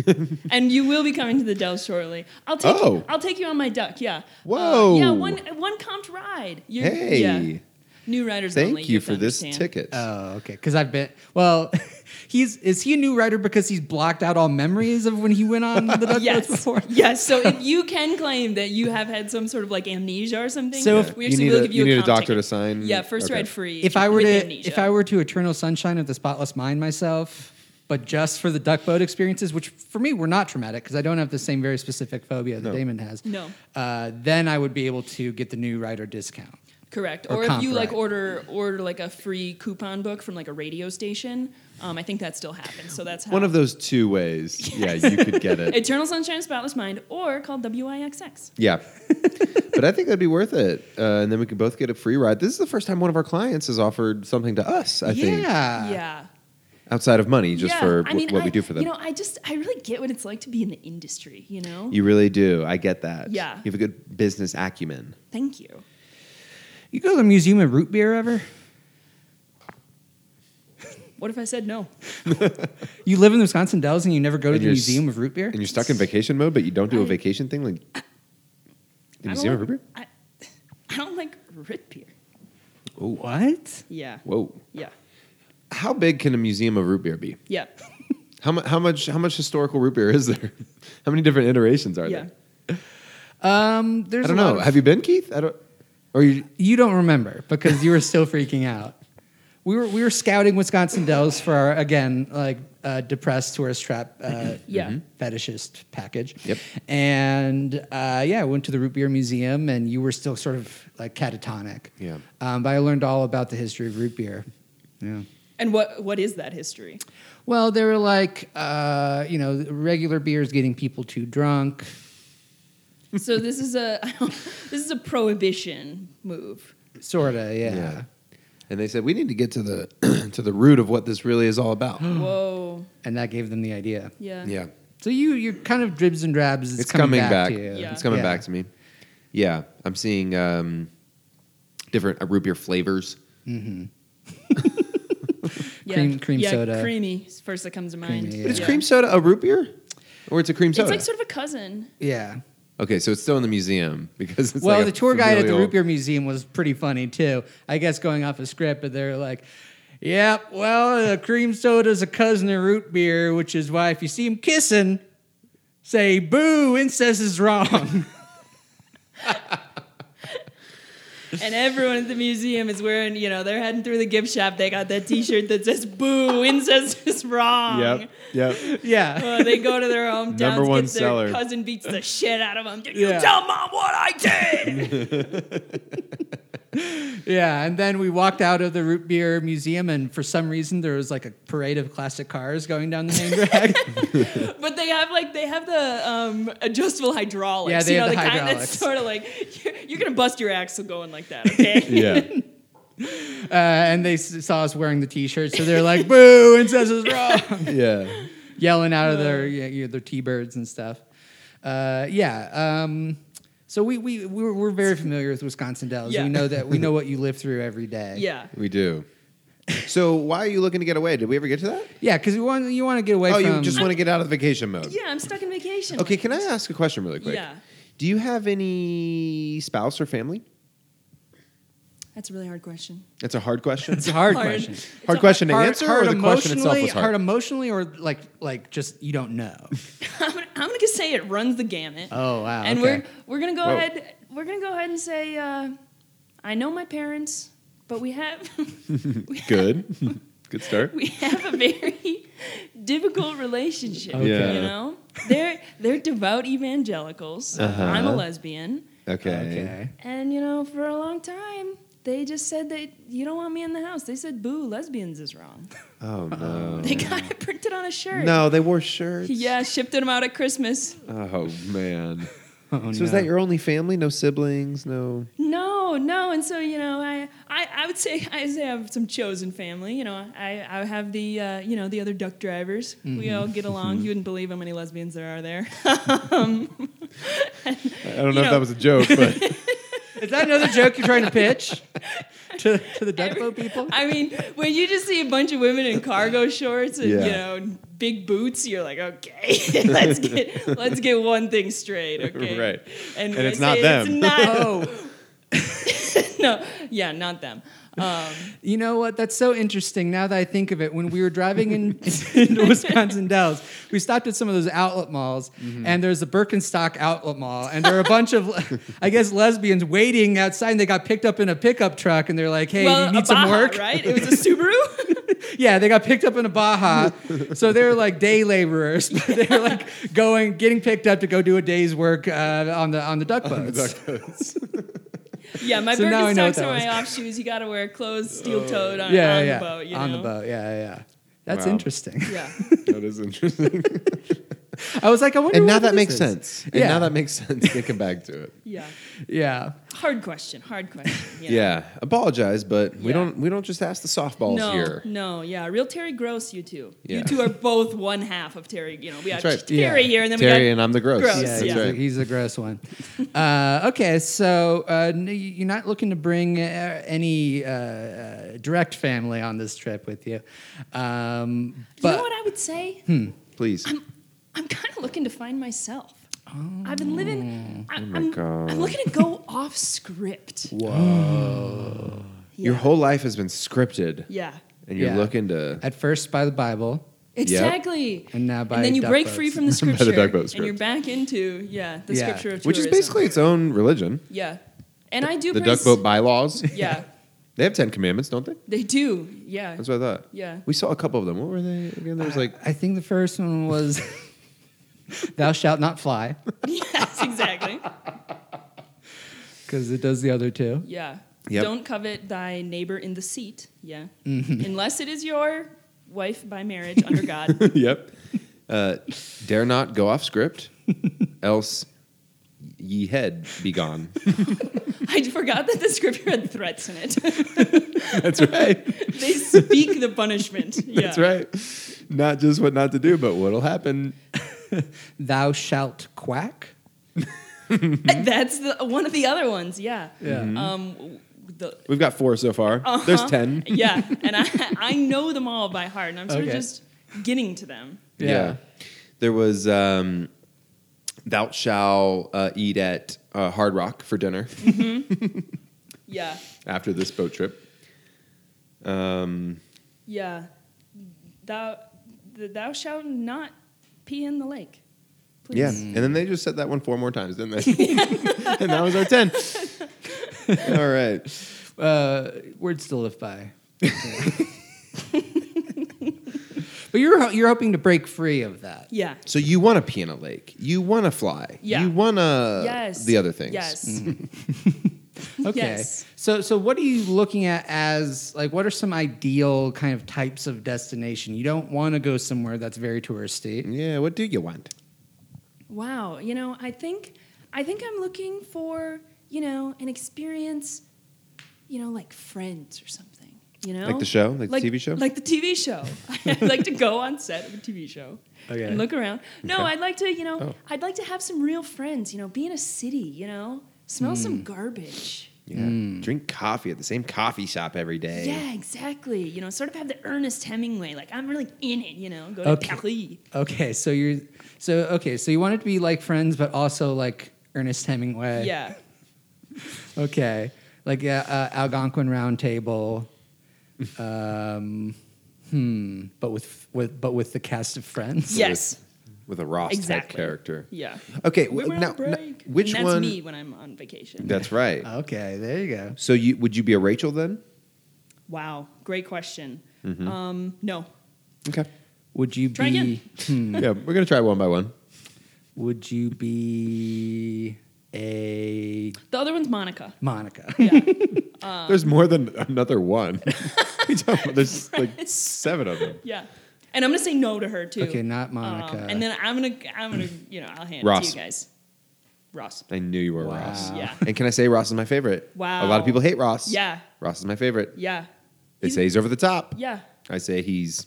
C: <laughs> and you will be coming to the Dells shortly. I'll take
B: Oh.
C: I'll take you on my duck, yeah.
B: Whoa.
C: Uh, yeah, one one comped ride. You're-
B: Hey.
C: yeah. New riders
B: Thank
C: only.
B: you for
C: have to
B: this
C: understand.
B: ticket.
A: Oh, okay. Because I've been well. <laughs> He's is he a new writer because he's blocked out all memories of when he went on the Duck
C: Yes. <laughs>
A: before?
C: Yes. So if you can claim that you have had some sort of like amnesia or something,
A: So if-
C: we
B: You
C: actually
B: need
C: will
B: a-
C: give
B: you
C: you,
B: need a
C: comp
B: doctor
C: ticket.
B: to sign?
C: Yeah, first
B: Okay.
C: ride free.
A: If I were
C: with
A: to
C: amnesia.
A: if I were to Eternal Sunshine of the Spotless Mind myself, but just for the duck boat experiences, which for me were not traumatic because I don't have the same very specific phobia that Damon has.
C: No.
A: Uh, then I would be able to get the new rider discount.
C: Correct.
A: Or
C: Or, if
A: comp
C: you like
A: ride.
C: order order like a free coupon book from like a radio station, um, I think that still happens. So that's how.
B: One of those two ways. <laughs> Yeah, you could get Oh. it.
C: Eternal Sunshine of the Spotless Mind, or called WIXX.
B: <laughs> Yeah. but I think that'd be worth it. Uh, and then we could both get a free ride. This is the first time one of our clients has offered something to us, I think,
A: yeah.
C: yeah.
B: outside of money, just
C: yeah.
B: for
C: I mean,
B: what
C: I,
B: we do for them.
C: You know, I just I really get what it's like to be in the industry. You know.
B: you really do. I get that.
C: Yeah.
B: You have a good business acumen.
C: Thank you.
A: You go to the museum of root beer ever?
C: What if I said no?
A: You live in the Wisconsin Dells and you never go to
B: And
A: the
B: you're s-
A: museum of root beer?
B: And you're stuck in vacation mode, but you don't do a
C: I-
B: vacation thing like the
C: I don't
B: Museum of
C: like-
B: Rupert?
C: I, <laughs> I don't like root beer.
A: what?
C: Yeah.
B: Whoa.
C: Yeah.
B: How big can a museum of root beer be?
C: Yeah.
B: How, mu- how much how much historical root beer is there? <laughs> how many different iterations are
C: yeah.
B: there?
A: Um, there's
B: I don't
A: a lot
B: know.
A: of-
B: Have you been, Keith? I don't. Or you?
A: You don't remember because you were still freaking out. We were we were scouting Wisconsin Dells for our again like uh, depressed tourist trap uh,
C: <clears throat> Yeah. Mhm.
A: fetishist package.
B: Mm-hmm. Yep.
A: And uh, yeah, I went to the root beer museum, and you were still sort of like catatonic.
B: Yeah.
A: Um, but I learned all about the history of root beer. Yeah.
C: And what what is that history?
A: Well, they were like uh, you know regular beers getting people too drunk.
C: So this is a <laughs> this is a prohibition move.
A: Sorta, yeah.
B: And they said we need to get to the <clears throat> to the root of what this really is all
A: <gasps>
B: about.
C: Whoa.
A: And that gave them the idea.
C: Yeah.
B: Hmm. yeah,
A: So you you're kind of dribs and drabs. It's,
B: it's, coming, back.
A: to you.
C: Yeah.
B: It's coming
A: Yeah.
B: back to me. Yeah, I'm seeing um, different uh, root beer flavors.
C: Yeah.
A: Cream- cream
C: yeah,
A: soda.
C: Creamy is first that comes to mind.
A: Creamy,
B: But is
A: Yeah.
B: cream soda a root beer, or it's a cream
C: It's
B: soda?
C: like sort of a cousin.
A: Yeah.
B: okay, so it's still in the museum <laughs> because it's
A: well,
B: like a
A: the tour guide at the
B: familial- <laughs>
A: Root Beer Museum was pretty funny too. I guess going off a script, but they're like, "Yeah, well, the cream soda's a cousin of root beer, which is why if you see him kissing, say boo, incest is wrong." <laughs>
C: And everyone at the museum is wearing, you know, they're heading through the gift shop. They got that t shirt that says, Boo, <laughs> incest is wrong.
B: Yep, yep.
A: yeah.
C: Uh, they go
B: <laughs>
C: to their hometowns,
B: Number one
C: get their
B: seller.
C: cousin beats
B: <laughs>
C: the shit out of them. Did you
A: Yeah.
C: tell mom what I did? <laughs>
A: Yeah, and then we walked out of the root beer museum, and for some reason there was like a parade of classic cars going down the main <laughs> drag.
C: but they have like they have the um, adjustable hydraulics.
A: Yeah, they
C: you
A: have
C: know,
A: the
C: kind
A: hydraulics.
C: <laughs> that's sort of like you're, you're gonna bust your axle going like that, okay?
B: <laughs> Yeah,
A: <laughs> uh, and they s- saw us wearing the T-shirts, so they're like, "Boo, incest is wrong."
B: yeah.
A: yelling out of their yeah, you know, their T-birds and stuff. Uh, yeah. Um, so we we we're, we're very familiar with Wisconsin Dells.
C: Yeah.
A: We know that we know what you live through every day.
C: <laughs> yeah.
B: We do. So why are you looking to get away? Did we ever get to that?
A: Yeah, because you want you want to get away
B: oh,
A: from.
B: you just want to get out of vacation mode.
C: Yeah, I'm stuck in vacation.
B: Okay, can I ask a question really quick?
C: Yeah.
B: Do you have any spouse or family?
C: That's a really hard question.
B: It's a hard question.
A: It's a hard,
C: Hard.
A: question.
B: hard question to answer, or the question itself
A: emotionally-
B: was hard.
A: hard emotionally, or like like just you don't
B: <laughs>
A: know.
C: <laughs> I'm gonna, I'm gonna say it runs the gamut.
A: Oh, wow,
C: And
A: okay.
C: we're we're gonna go
B: Ah, Whoa.
C: ahead. We're gonna go ahead and say uh, I know my parents, but we have <laughs>
B: Good, good start.
C: we have a very <laughs> difficult relationship.
A: Okay.
B: Yeah. Uh-huh.
C: You know, they're they're devout evangelicals. I'm a lesbian,
B: Okay.
C: and you know, for a long time. They just said that you don't want me in the house. They said, "Boo, lesbians is wrong."
B: Oh no.
C: They got <laughs> it printed on a shirt.
B: No, they wore shirts.
C: Um, Yeah, shipped them out at Christmas.
B: Oh man.
A: Oh,
B: so
A: no.
B: is that your only family? No siblings? No.
C: No, no, and so you know, I, I, I would say I say I have some chosen family. You know, I, I have the uh, you know the other duck drivers.
B: Mm-hmm.
C: We all
B: <laughs>
C: get along. You wouldn't believe how many lesbians there are there. <laughs>
B: I don't know,
C: You
B: if
C: know-
B: that was a joke, but <laughs>
A: Is that another joke you're trying to
C: <laughs>
A: pitch to, to the Duckboat people?
C: I mean, when you just see a bunch of women in cargo shorts and
B: Yeah.
C: you know big boots, you're like, okay, <laughs> let's get let's get one
B: <laughs>
C: thing straight, okay?
B: Right.
C: And,
B: And
C: I
B: it's not
C: say
B: them. <laughs>
C: not- <laughs>
A: Oh,
C: no, yeah, not them. Um,
A: you know what? That's so interesting. Now that I think of it, when we were driving
C: <laughs>
A: in, into Wisconsin Dells, we stopped at some of those outlet malls,
C: Mm-hmm.
A: and there's a Birkenstock outlet mall, and there are a bunch of, <laughs> I guess, lesbians waiting outside, and they got picked up in a pickup truck, and they're like, "Hey,
C: well,
A: you
C: a
A: need some
C: Baja,
A: work?"
C: right? It was a Subaru.
A: <laughs> Yeah, they got picked up in a Baja. so they were like day laborers. <laughs> but they were like going, getting picked up to go do a day's work uh, on the on the duck boats.
C: Yeah, my
A: So now I know what
C: Birkenstocks
A: that
C: are
A: was.
C: my off shoes. You got to wear clothes,
B: Uh,
C: steel toed on,
A: yeah,
C: on
A: yeah.
C: the boat. You
A: on
C: know?
A: the boat. Yeah, yeah. yeah. That's
B: Wow.
A: interesting. <laughs>
C: Yeah.
B: that is interesting.
A: I was like, I wonder.
B: and now
A: what
B: that
A: this
B: makes
A: is.
B: sense. And
A: Yeah.
B: now that makes sense. Thinking back to it.
C: Yeah.
A: Yeah.
C: Hard question. Hard question.
B: <laughs> Yeah. Apologize, but we
C: Yeah.
B: don't we don't just ask the softballs
C: No,
B: here.
C: no, yeah, real Terry Gross, you two.
B: Yeah.
C: You two are both one half of Terry. You know, we got
B: That's right.
C: Terry
A: Yeah.
C: here, and then
B: Terry
C: we
B: and I'm the gross.
C: Gross,
A: Yeah,
B: That's
A: he's,
C: yeah.
A: A,
B: right.
A: he's a gross one. <laughs> Uh, okay, so uh, n- you're not looking to bring uh, any uh, uh, direct family on this trip with you, um,
C: got. you
A: but Hmm.
C: know what I would say?
B: Please.
C: I'm kind of looking to find myself.
A: Oh.
C: I've been living. I,
B: Oh my
C: I'm,
B: God.
C: I'm looking to go off script.
A: <gasps>
C: Yeah.
B: Your whole life has been scripted.
C: Yeah.
B: And you're
A: Yeah.
B: looking to
A: at first by the Bible.
C: Exactly.
A: And now by
C: then you
A: duck
C: break
A: boats.
C: free from
B: <laughs>
C: the
B: By the
C: scripture,
B: duck boat
C: and you're
B: script.
C: back into yeah the
A: Yeah.
C: scripture of tourism.
B: which is basically its own religion.
C: Yeah, and I do
B: The
C: praise,
B: duck boat bylaws.
C: <laughs> Yeah,
B: They have ten commandments, don't they?
C: they do. Yeah, <laughs>
B: That's what I thought.
C: Yeah. Uh,
B: We saw a couple of them. What were they again? There was like <laughs>
A: I think the first one was, <laughs> "Thou shalt not fly,"
C: yes, exactly.
A: because it does the other two.
C: Yeah,
B: Yep. Mm-hmm.
C: don't covet thy neighbor in the seat. Yeah, unless it is your wife by marriage under
B: <laughs>
C: God.
B: Yep. Uh, dare not go off script,
C: <laughs>
B: else ye head be
C: <laughs>
B: gone.
C: I forgot that the scripture had threats in
B: <laughs>
C: it.
B: That's right.
C: <laughs> they speak the punishment.
B: <laughs>
C: Yeah.
B: That's right. Not just what not to do, but what'll happen.
A: Thou shalt quack.
C: That's the one of the other ones. Yeah.
A: Yeah.
C: Um, w- the
B: We've got four so far.
C: Uh-huh.
B: There's ten.
C: yeah, and I <laughs> I know them all by heart, and I'm sort
A: Okay.
C: of just getting to them.
A: Yeah.
B: There was um, thou shall uh, eat at uh, Hard Rock for
C: <laughs>
B: dinner
C: Yeah.
B: after this boat trip. Um,
C: Yeah. Thou, th- thou shalt not pee in the lake. Please.
B: yeah. And then they just said that one four more times, didn't
C: <laughs>
B: they? <laughs> and that was our ten. All right.
A: Uh, words to live
C: <laughs>
A: by. <laughs> but you're you're hoping to break free of that.
C: Yeah.
B: So you want to pee in a lake. You want to fly.
C: Yeah.
B: You want to
C: yes.
B: Uh, the other things. Mm-hmm.
C: Yes.
A: Okay.
C: <laughs> Yes.
A: So so what are you looking at as like what are some ideal kind of types of destination? You don't want to go somewhere that's very touristy.
B: Mm. Yeah. What do you want?
C: Wow. You know, I think, I think I'm looking for, you know, an experience, you know, like Friends or something. You know,
B: Like the show? Like the TV show?
C: like the TV show. <laughs> I'd like to go on set of a TV show
A: Okay.
C: and look around. No,
B: Okay.
C: I'd like to, you know,
B: Oh.
C: I'd like to have some real friends. You know, be in a city. You know, smell
B: Hmm.
C: some garbage.
B: Yeah. Drink coffee at the same coffee shop every day.
C: Mm. Yeah, exactly. You know, sort of have the Ernest Hemingway, like I'm really in it. You know, go to
A: Okay.
C: Paris.
A: Okay, so you're so okay, so you want it to be like friends but also like Ernest Hemingway.
C: Yeah,
A: Okay. like yeah, uh, Algonquin Round Table. Um, hmm, but with with but with the cast of Friends.
C: Yes.
B: with a Ross
C: Exactly.
B: type character.
C: Yeah.
B: Okay,
C: We
B: w-
C: were on
B: now- now,
C: break.
B: which
C: and that's
B: one-
C: me when I'm on vacation.
B: That's right.
A: Okay, there you go.
B: so you would you be a Rachel then?
C: wow. Great question.
B: Mm-hmm.
C: Um, no.
B: Okay.
A: Would you
C: Try
A: be? Hmm,
B: Mm. yeah, we're gonna try one by one.
A: would you be a
C: The other one's Monica. <laughs>
A: Monica?
C: Yeah. Um.
B: There's more than another
C: <laughs>
B: one. <laughs> You talking about- There's like seven of them.
C: yeah. And I'm gonna say no to her too.
A: Okay, not
C: Um,
A: Monica.
C: and then I'm gonna I'm gonna you know I'll hand it
B: Ross.
C: to you guys. Ross.
B: I knew you were
A: Wow.
B: Ross.
C: Yeah.
B: And can I say Ross is my favorite?
C: Wow.
B: A lot of people hate Ross.
C: Yeah.
B: Ross is my favorite.
C: Yeah.
B: They say he's over the top.
C: Yeah.
B: I say he's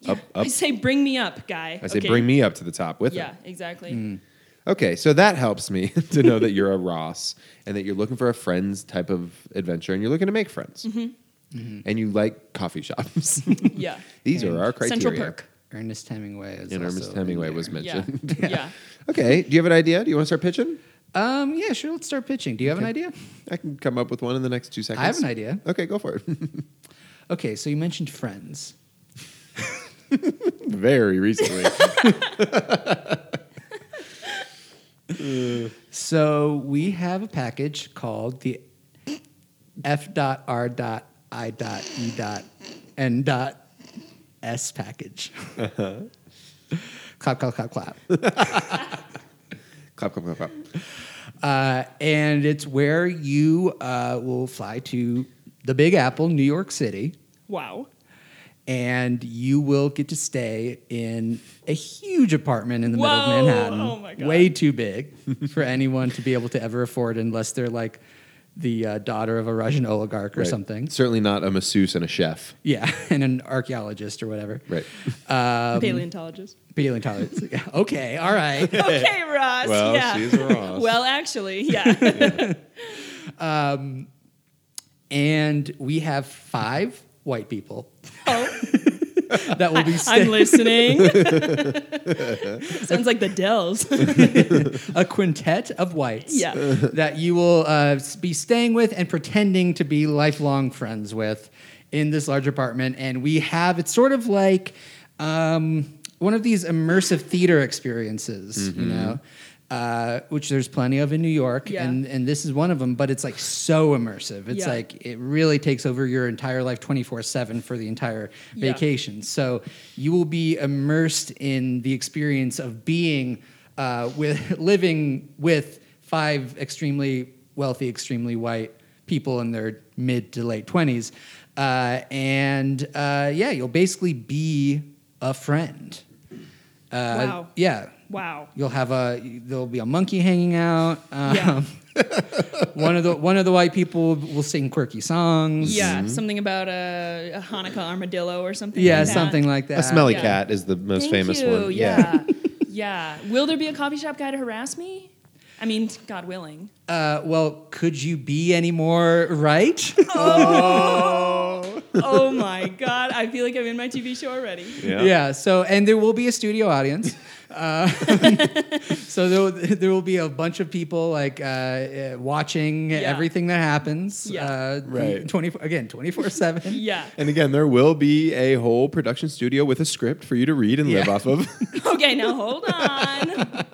C: yeah.
B: up up.
C: I say bring me up, guy.
B: I say
C: Okay.
B: bring me up Mm. to the top with
C: Yeah.
B: him.
C: Exactly.
B: Okay, so that helps me <laughs> to know that you're a Ross and that you're looking for a friends type of adventure and you're looking to make friends.
C: Mm-hmm.
A: Mm-hmm.
B: And you like coffee shops. <laughs>
C: Yeah.
B: These are our criteria.
C: Central Perk.
A: Ernest Hemingway is
B: And
A: also
B: Ernest
A: in
B: Hemingway
A: there.
B: was
C: Yeah.
B: mentioned. <laughs>
C: <laughs> yeah.
B: okay, do you have an idea? Do you want to start pitching?
A: Um, yeah, sure. Let's start pitching. Do you have an idea?
B: I can come up with one in the next two seconds.
A: I have an idea.
B: Okay, go for it.
A: Okay, so you mentioned Friends.
B: Very
C: <laughs>
B: recently.
A: So we have a package called the F dot R dot I dot E dot N dot S
B: <laughs>
A: package.
B: Uh-huh.
A: clap, clap, clap, clap.
B: clap, clap, clap, clap.
A: Uh, and it's where you uh, will fly to the Big Apple, New York City,
C: Wow.
A: and you will get to stay in a huge apartment in the middle
C: Whoa!
A: of Manhattan.
C: Oh my God.
A: Way too big <laughs> for anyone to be able to ever afford unless they're like the uh, daughter of a Russian oligarch or
B: Right.
A: something.
B: Certainly not a masseuse and a chef.
A: Yeah, <laughs> and an archaeologist or whatever.
B: Right. Um,
C: Paleontologist.
A: Paleontologist. Yeah, <laughs> okay, all right.
B: <laughs>
C: Okay, Ross.
B: Well,
C: yeah.
B: she's a Ross.
C: well, actually,
B: <laughs>
C: yeah.
A: And we have five white people
C: oh,
A: that
C: <laughs>
A: will be
C: I'm
A: staying.
C: <laughs> listening. Sounds like the Dells.
A: Uh,
C: <laughs>
A: a quintet of whites <laughs>
C: Yeah.
A: that you will uh, s- be staying with and pretending to be lifelong friends with in this large apartment. And we have it's sort of like um, one of these immersive theater experiences, you know. Uh, which there's plenty of in New York,
C: Yeah.
A: and, and this is one of them. But it's like so immersive. It's
C: Yeah.
A: like it really takes over your entire life, twenty four seven for the entire
C: Yeah.
A: vacation vacation. So you will be immersed in the experience of being uh, with <laughs> living with five extremely wealthy, extremely white people in their mid to late twenties, uh, and uh, yeah, you'll basically be a friend. Uh,
C: Wow.
A: Yeah.
C: Wow.
A: You'll have a there'll be a monkey hanging out. Um,
C: Yeah.
A: <laughs> one of the one of the white people will sing quirky songs.
C: Yeah, something about a, a Hanukkah armadillo or something.
A: Mm-hmm. Yeah,
C: like that.
A: something like that.
B: A smelly
C: Yeah.
B: cat is the most
C: Thank
B: famous
C: you,
B: one.
C: Yeah.
B: <laughs>
C: yeah. Will there be a coffee shop guy to harass me? I mean, God
B: <laughs>
C: willing.
A: Uh, well, could you be any more right?
C: Oh my God. I feel like I'm in my TV show already.
B: <laughs> Yeah.
A: yeah. So, and there will be a studio
B: <laughs>
A: audience. Uh, <laughs> so there, will- there will be a bunch of people like uh, uh, watching everything that happens.
C: Yeah.
A: Uh,
B: Right.
A: Twenty four again, twenty four seven.
C: Yeah.
B: And again, there will be a whole production studio with a script for you to read and live
A: Yeah.
B: off of.
C: Okay, now hold on.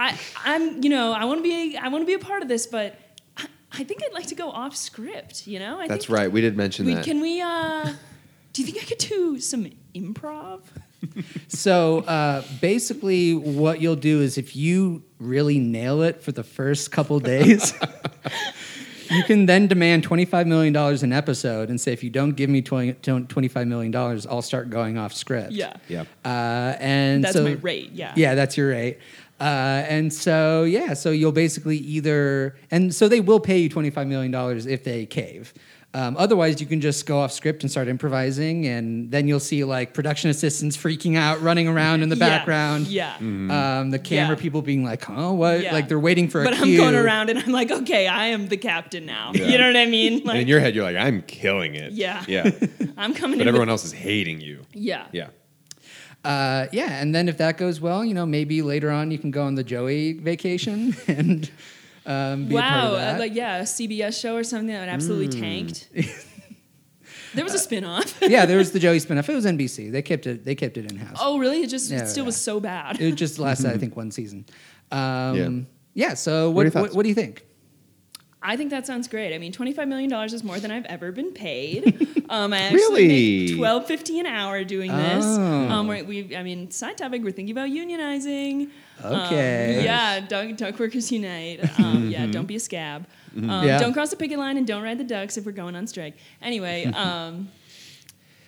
C: I, I'm, you know, I want to be, I want to be a part of this, but I, I think I'd like to go off script. You know,
B: <laughs>
C: I
B: That's
C: think
B: right. We did mention
C: We,
B: that.
C: can we? uh Do you think I could do some
B: <laughs>
C: improv?
A: So uh, basically, what you'll do is if you really nail it for the first couple days. <laughs> You can then demand $25 million an episode and say, if you don't give me 20, $25 million, I'll start going off script.
C: Yeah,
B: yeah.
A: Uh, and
C: that's
A: so,
C: my rate. Yeah,
A: Yeah, that's your rate. Uh, and so, yeah, so you'll basically either, and so they will pay you $25 million if they cave. Um, otherwise, you can just go off script and start improvising, and then you'll see like production assistants freaking out, running around in the
C: <laughs> Yeah,
A: background.
C: Yeah,
B: Mm.
A: Um, the camera
C: Yeah.
A: people being like, "Huh, what?"
C: yeah.
A: Like they're waiting for a
C: But I'm
A: cue.
C: going around and I'm like, okay, I am the captain now.
B: Yeah.
C: You know what I mean?
B: and in
C: Like,
B: your head, you're like, I'm killing it.
C: Yeah. <laughs>
B: Yeah.
C: I'm coming.
B: But
C: in
B: everyone
C: with,
B: else is hating you.
C: Yeah.
B: Yeah.
A: Uh, yeah, <laughs> and then if that goes well, you know, maybe later on you can go on the Joey vacation and Um, be a part
C: wow,
A: of
C: uh,
A: that. Hmm.
C: like yeah, a CBS show or something that absolutely
A: <laughs>
C: tanked. there
A: Uh,
C: was a spin-off. <laughs>
A: yeah, there was the Joey spinoff. It was NBC. They kept it. They kept it in house.
C: oh, really? It just it
A: Yeah,
C: still was
A: yeah.
C: so bad.
A: It just
B: <laughs>
A: lasted, I think, one season. Um, yeah. So what?
B: What are your
A: What,
B: thoughts?
A: what do you think?
C: I think that sounds great. I mean, $25 million is more than I've ever been paid. Um, I actually
B: Really?
C: make $12.50 an hour doing this.
A: Oh.
C: Um, we we, I mean, side topic, we're thinking about unionizing. Um,
A: Okay. Mm-hmm.
C: yeah, duck, duck workers unite. Um, yeah, don't be a scab. Um,
A: Yeah.
C: Don't cross the picket line and don't ride the ducks if we're going on strike.
A: <laughs>
C: Anyway, um,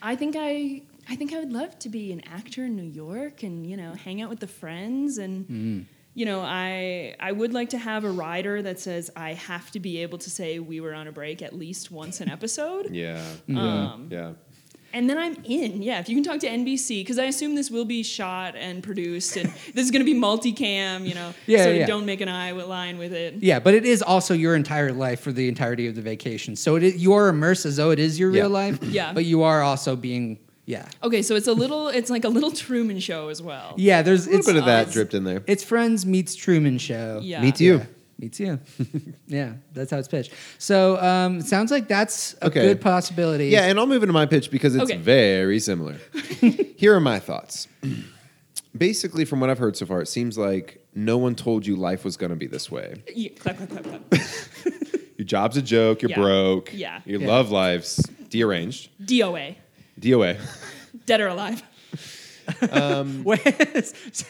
C: I think I... I think I would love to be an actor in New York and you know hang out with the friends and
A: Mm.
C: you know i i would like to have a rider that says i have to be able to say we were on a break at least once an episode
B: Yeah.
C: Um,
B: yeah.
C: and then i'm in yeah if you can talk to nbc because i assume this will be shot and produced and <laughs> this is going to be multicam you know
A: Yeah,
C: sort of
A: yeah.
C: don't make an eye line with it
A: Yeah, but it is also your entire life for the entirety of the vacation. So it is, you are immersed as though it is your
B: Yeah.
A: real life.
C: <clears throat> Yeah.
A: But you are also being yeah
C: okay so it's a little it's like a little truman show as well
A: yeah. There's
B: A little
A: it's,
B: bit of that
A: It's,
B: dripped in there.
A: it's Friends meets Truman Show.
C: yeah
B: Me too.
A: Yeah, me too. <laughs> yeah, that's how it's pitched. So um, it sounds like that's a
B: Okay.
A: good possibility.
B: Yeah, and I'll move into my pitch because it's
C: Okay.
B: very
C: <laughs>
B: similar. Here are my thoughts. <clears throat> Basically, from what I've heard so far, it seems like no one told you life was going to be this way.
C: yeah, clap clap clap clap
B: Your job's a joke. You're
C: Yeah.
B: broke.
C: Yeah.
B: Your
A: Yeah.
B: love life's deranged.
C: doa
B: DOA.
C: dead or alive
A: Whereas- <laughs> so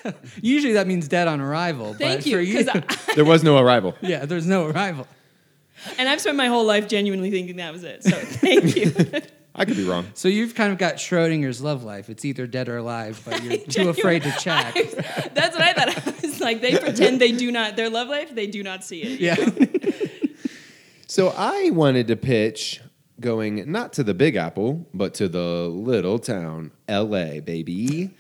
A: usually that means dead on arrival.
C: thank
A: but
C: you
A: For
C: because
A: you
B: <laughs> there was no arrival.
A: <laughs> yeah, there's no arrival.
C: <laughs> and i've spent my whole life genuinely thinking that was it so thank
A: <laughs>
C: you <laughs>
B: I could be wrong.
A: So you've kind of got Schrodinger's love life. It's either dead or alive, but
B: <laughs>
A: you're too
C: genuinely-
A: afraid to check.
C: <laughs> That's what I thought. <laughs> I was like, they pretend they do not, their love life, they do not see
A: <laughs>
C: it.
A: Yeah.
B: So I wanted to pitch going not to the Big Apple, but to the little town, LA, baby.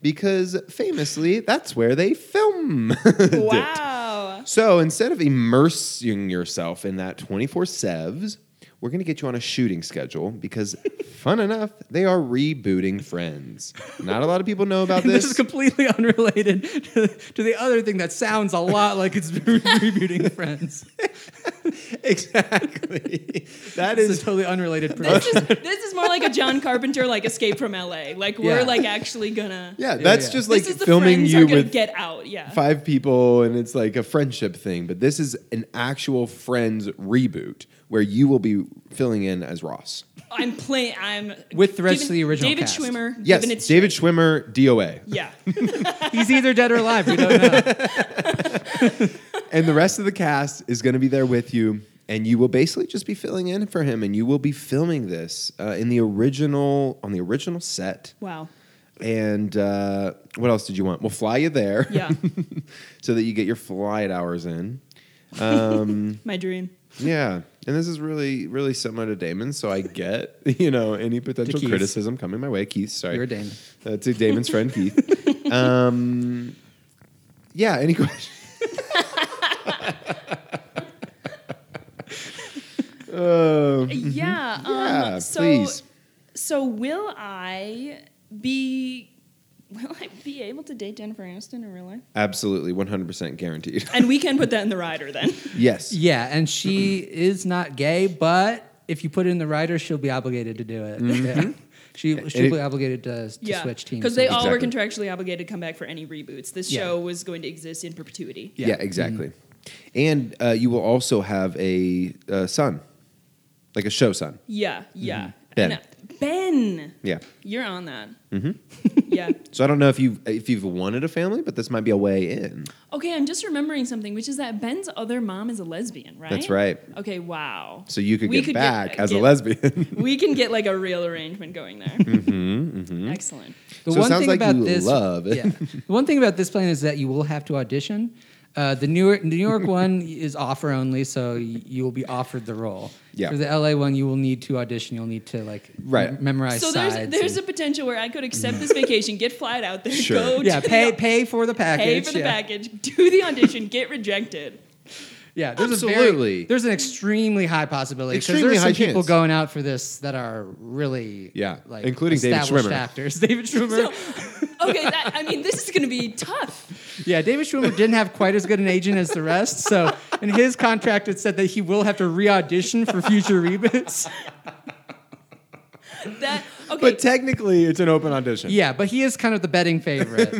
B: Because famously, that's where they film. <laughs> it.
C: Wow.
B: So instead of immersing yourself in that 24 sevs, we're going to get you on a shooting schedule because, fun enough, they are rebooting Friends. Not a lot of people know about
A: And <laughs>
B: this.
A: this is completely unrelated to, to the other thing that sounds a lot like it's re- rebooting Friends.
B: <laughs> exactly. that
A: This
B: is
A: is a totally
B: <laughs>
A: unrelated
C: This
A: production.
C: is, this is more like a John Carpenter, like Escape from LA. Like, we're
A: Yeah.
C: like actually gonna.
B: yeah. That's
A: yeah.
B: just like
C: this is the
B: filming
C: friends
B: you
C: are gonna
B: with
C: get out. Yeah.
B: five people, and it's like a friendship thing. But this is an actual Friends reboot where you will be filling in as Ross.
C: I'm playing. I'm
A: With the rest of the original
C: David
A: cast.
C: Schwimmer.
B: Yes,
C: given it's-
B: David Schwimmer, DOA.
C: <laughs> Yeah.
A: He's either dead or alive. We don't know.
B: and the rest of the cast is going to be there with you and you will basically just be filling in for him and you will be filming this uh, in the original on the original set
C: Wow.
B: and uh, what else did you want we'll fly you there
C: Yeah.
B: <laughs> so that you get your flight hours in um,
C: My dream.
B: yeah and this is really really similar to damon so i get <laughs> you know any potential
A: Keith.
B: criticism coming my way keith sorry
A: You're Damon.
B: uh, to
A: <laughs>
B: damon's friend keith um, yeah any <laughs> questions Oh.
C: Yeah. Um,
B: Yeah,
C: so,
B: please.
C: So will I be? Will I be able to date Jennifer Aniston in real life?
B: Absolutely, 100% guaranteed.
C: And we can put that in the rider then.
B: Yes.
A: Yeah, and she is not gay, but if you put it in the writer, she'll be obligated to do it. Yeah. She, she'll
B: Mm-hmm. it-
A: be obligated to, to switch teams.
C: Because they
A: all.
C: all were
B: Exactly.
C: contractually obligated to come back for any reboots. This
A: Yeah.
C: show was going to exist in perpetuity.
B: Yeah, exactly. And uh, you will also have a uh, son, like a show son.
C: Yeah, yeah.
B: Mm-hmm. Ben.
C: And, uh, ben,
B: Yeah.
C: you're on that.
B: Mm-hmm.
C: <laughs> yeah.
B: So I don't know if you if you've wanted a family, but this might be a way in.
C: Okay, I'm just remembering something, which is that Ben's other mom is a lesbian, right?
B: That's right.
C: Okay, wow.
B: So you could
C: We
B: get back as
C: get-
B: a lesbian. <laughs>
C: We can get like a real arrangement going there.
B: Mm-hmm,
C: Excellent.
A: The
B: So it
A: one
B: sounds
A: thing
B: like
A: about
B: you
A: this,
B: love it.
A: yeah. The one thing about this plan is that you will have to audition. Uh, the New York, New
B: <laughs>
A: York one is offer only, so y- you will be offered the role.
B: Yeah.
A: For the LA one, you will need to audition. You'll need to like
B: Right.
A: mem- memorize
C: So
A: sides.
C: there's there's a
A: and-
C: potential where I could
B: <laughs>
C: accept this vacation, get flight out there,
B: Sure.
C: go
A: yeah,
C: to
A: pay
C: the,
A: pay for the package.
C: pay for the
A: yeah.
C: package, do the audition, get rejected.
A: Yeah, there's a very,
B: Absolutely.
A: there's an extremely high possibility because
B: Extremely
A: there's some
B: high
A: people
B: chance.
A: going out for this that are really
B: Yeah,
A: like
B: including David
A: <laughs> established
C: <laughs>
B: Schwimmer.
A: actors. David Schwimmer.
C: So, okay, that, I mean, this is going to be tough.
A: Yeah, David Schwimmer didn't have quite as good an agent as the rest. So in his contract, it said that he will have to re audition for future reboots.
C: That okay.
B: But technically, it's an open audition.
A: Yeah, but he is kind of the betting favorite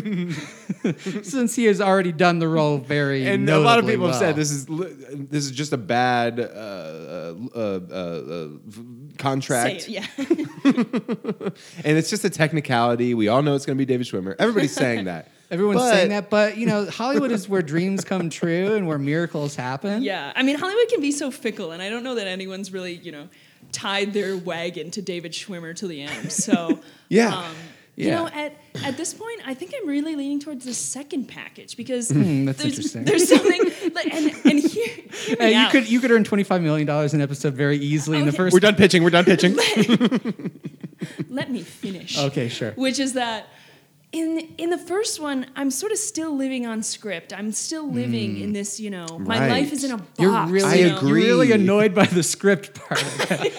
A: <laughs> since he has already done the role very.
B: And a lot of
A: notably
B: people have
A: well.
B: said this is li- this is just a bad uh, uh, uh, uh, v-
C: say
B: contract,
C: it, yeah.
B: and it's just a technicality. We all know it's going to be David Schwimmer. Everybody's saying that.
A: Everyone's
B: But-
A: saying that, but you know, Hollywood is where dreams come true and where miracles happen.
C: Yeah, I mean Hollywood can be so fickle, and I don't know that anyone's really you know tied their wagon to David Schwimmer to the end. So um,
B: Yeah.
A: <laughs> Yeah.
C: You know, at, at this point, I think I'm really leaning towards the second package because
A: Mm-hmm, that's
C: there's,
A: interesting. <laughs>
C: there's something, like, and, and here, hear me
A: Hey, you
C: out.
A: could you could earn twenty five million dollars an episode very easily in the
C: Okay.
A: first.
B: We're done pitching. We're done pitching.
C: let me finish.
A: Okay, sure.
C: Which is that in in the first one, I'm sort of still living on script. I'm still living in this, you know, my
B: Right.
C: life is in a box.
A: Mm. You're really,
B: I
C: you
A: you're
C: know?
B: agree.
A: really annoyed by the script
C: <laughs>
A: part.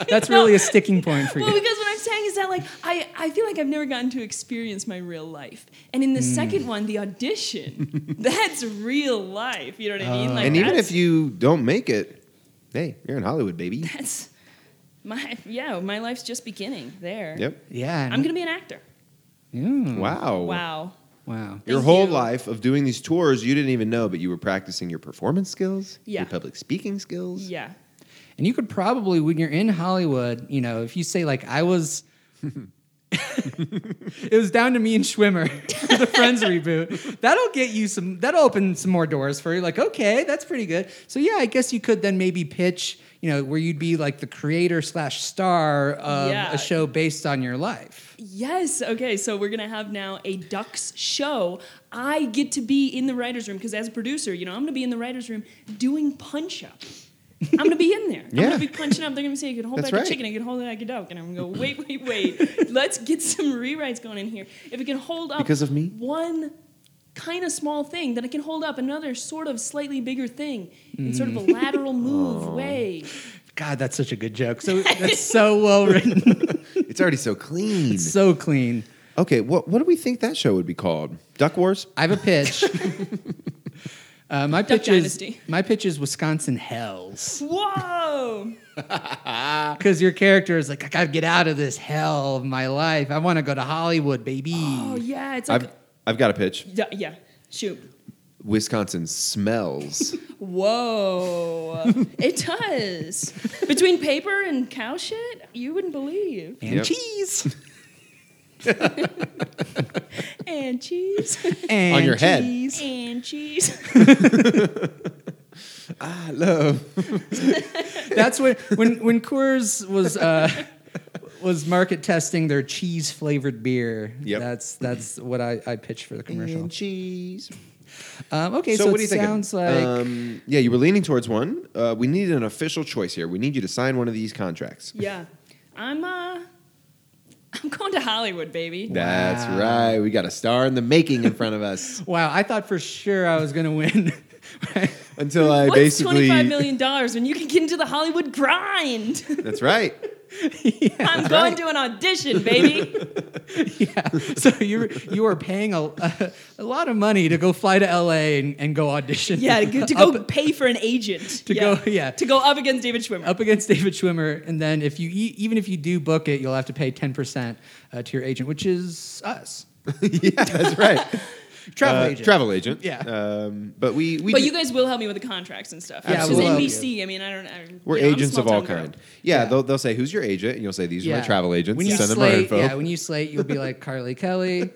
A: That's really a sticking point for you.
C: Well, because what I'm saying is that like I, I feel like I've never gotten to experience my real life. And in the
B: Hmm.
C: second one,
B: <laughs>
C: the audition, that's real life. You know what I mean? Like
B: Uh, and even
C: that's-
B: if you don't make it, hey, you're in Hollywood,
C: <laughs>
B: baby.
C: that's my yeah, my life's just beginning there.
B: Yep.
A: yeah,
C: I'm gonna be an actor.
A: Yeah.
B: Wow.
C: Wow.
A: Wow.
B: Your
C: Thank
B: whole
C: you.
B: life of doing these tours, you didn't even know, but you were practicing your performance skills,
C: Yeah.
B: your public speaking skills.
C: Yeah.
A: And you could probably, when you're in Hollywood, you know, if you say like I was, <laughs> it was down to me and Schwimmer, <laughs> for the Friends reboot. That'll get you some. That'll open some more doors for you. Like, okay, that's pretty good. So yeah, I guess you could then maybe pitch, you know, where you'd be like the creator slash star of
C: Yeah.
A: a show based on your life.
C: Yes. Okay. So we're gonna have now a Ducks show. I get to be in the writers' room because as a producer, you know, I'm gonna be in the writers' room doing punch up. I'm gonna be in there. I'm
B: Yeah.
C: gonna be punching up. They're gonna be saying, "I can hold
B: That's
C: back
B: right.
C: a chicken. I can hold back a duck." And I'm gonna go, "Wait, wait, wait. <laughs> Let's get some rewrites going in here. If it can hold up
B: Because of me?
C: one kind of small thing, then it can hold up another sort of slightly bigger thing in sort of
B: Mm.
C: a lateral move
B: Oh.
C: way.
A: God, that's such a good joke. So that's so well written, <laughs>
B: It's already so clean.
A: so clean.
B: okay, what what do we think that show would be called? Duck Wars?
A: I have a
C: <laughs>
A: pitch. Uh, my
C: Duck
A: pitch is
C: Dynasty.
A: my pitch is Wisconsin Hells.
C: Whoa!
A: Because your character is like, I gotta get out of this hell of my life. I want to go to Hollywood, baby.
C: Oh yeah, it's like
B: I've I've got a pitch.
C: yeah, yeah. Shoot.
B: Wisconsin
C: <laughs>
B: smells. <laughs>
C: Whoa. it does. Between paper and cow shit, you wouldn't believe.
A: and
B: Yep. <laughs>
A: cheese
C: And cheese.
A: and
B: your head.
A: cheese.
C: and cheese.
B: I love.
A: <laughs> That's when when when Coors was uh, was market testing their cheese flavored beer.
B: Yep.
A: that's that's what I, I pitched for the commercial.
B: cheese.
A: Um, okay, so,
B: So, what do
A: it
B: you think?
A: sounds like
B: um, yeah, you were leaning towards one. Uh, we need an official choice here. We need you to sign one of these contracts.
C: Yeah. I'm uh I'm going to Hollywood, baby.
B: That's
A: Wow.
B: right. We got a star in the making in front
A: <laughs>
B: of us.
A: wow. I thought for sure I was gonna win. <laughs>
B: Until I
C: What's
B: basically.
C: $25 million when you can get into the Hollywood grind?
B: <laughs> That's right.
C: I'm going
B: right.
C: to an audition, baby.
B: <laughs>
A: yeah. So you you are paying a, <laughs> a, lot of money to go fly to L.A. and, and go audition.
C: yeah, to,
A: <laughs>
C: go- to
A: Up-
C: go pay for an agent.
A: To
C: yeah.
A: go- yeah.
C: To go up against David Schwimmer.
A: up against David Schwimmer, and then if you e- even if you do book it, you'll have to pay ten percent uh, to your agent, which is us,
B: yeah, that's right.
A: travel
B: Uh,
A: agent.
B: Travel agent.
A: Yeah.
B: Um, but we we
C: But
B: do-
C: you guys will help me with the contracts and stuff.
A: Yeah,
C: Yeah,
A: we'll help
C: NBC. I mean, I don't. I,
B: we're
C: you know, I'm a
B: agents of
C: small-town
B: all
C: girl.
B: kind. Yeah,
A: Yeah.
B: They'll, they'll say who's your agent, and you'll say these are my travel agents.
A: When you
B: Send them our
A: slate,
B: info.
A: yeah,
B: <laughs>
A: when you slate, you'll be like Carly Kelly,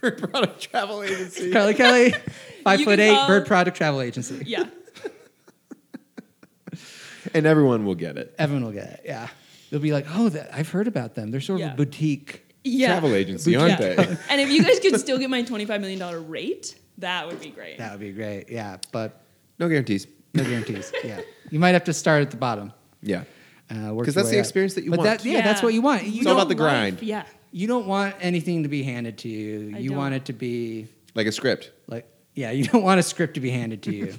B: Bird Product Travel Agency.
A: Carly Kelly, <laughs> five
C: You
A: foot
C: can
A: eight,
C: call-
A: Bird Product Travel Agency.
C: Yeah.
B: <laughs> and everyone will get it.
A: Everyone will get it. Yeah, they'll be like, oh, that, I've heard about them. They're sort of
C: Yeah.
A: a boutique.
C: Yeah.
B: Travel agency, aren't they?
C: <laughs> And if you guys could still get my $25 million rate, that would be great.
A: That would be great. Yeah, but
B: No guarantees.
A: no guarantees. yeah, you might have to start at the bottom. uh,
B: Yeah.
A: Because
B: 'Cause that's the experience that you want.
A: yeah, that's what you want. You
B: all
A: don't,
B: about the
C: Life,
B: grind.
C: yeah.
A: you don't want anything to be handed to you.
C: I
A: you
C: don't.
A: want it to be
B: Like a script.
A: <laughs>
C: <laughs>
A: Like, yeah, you don't want a script to be handed to you.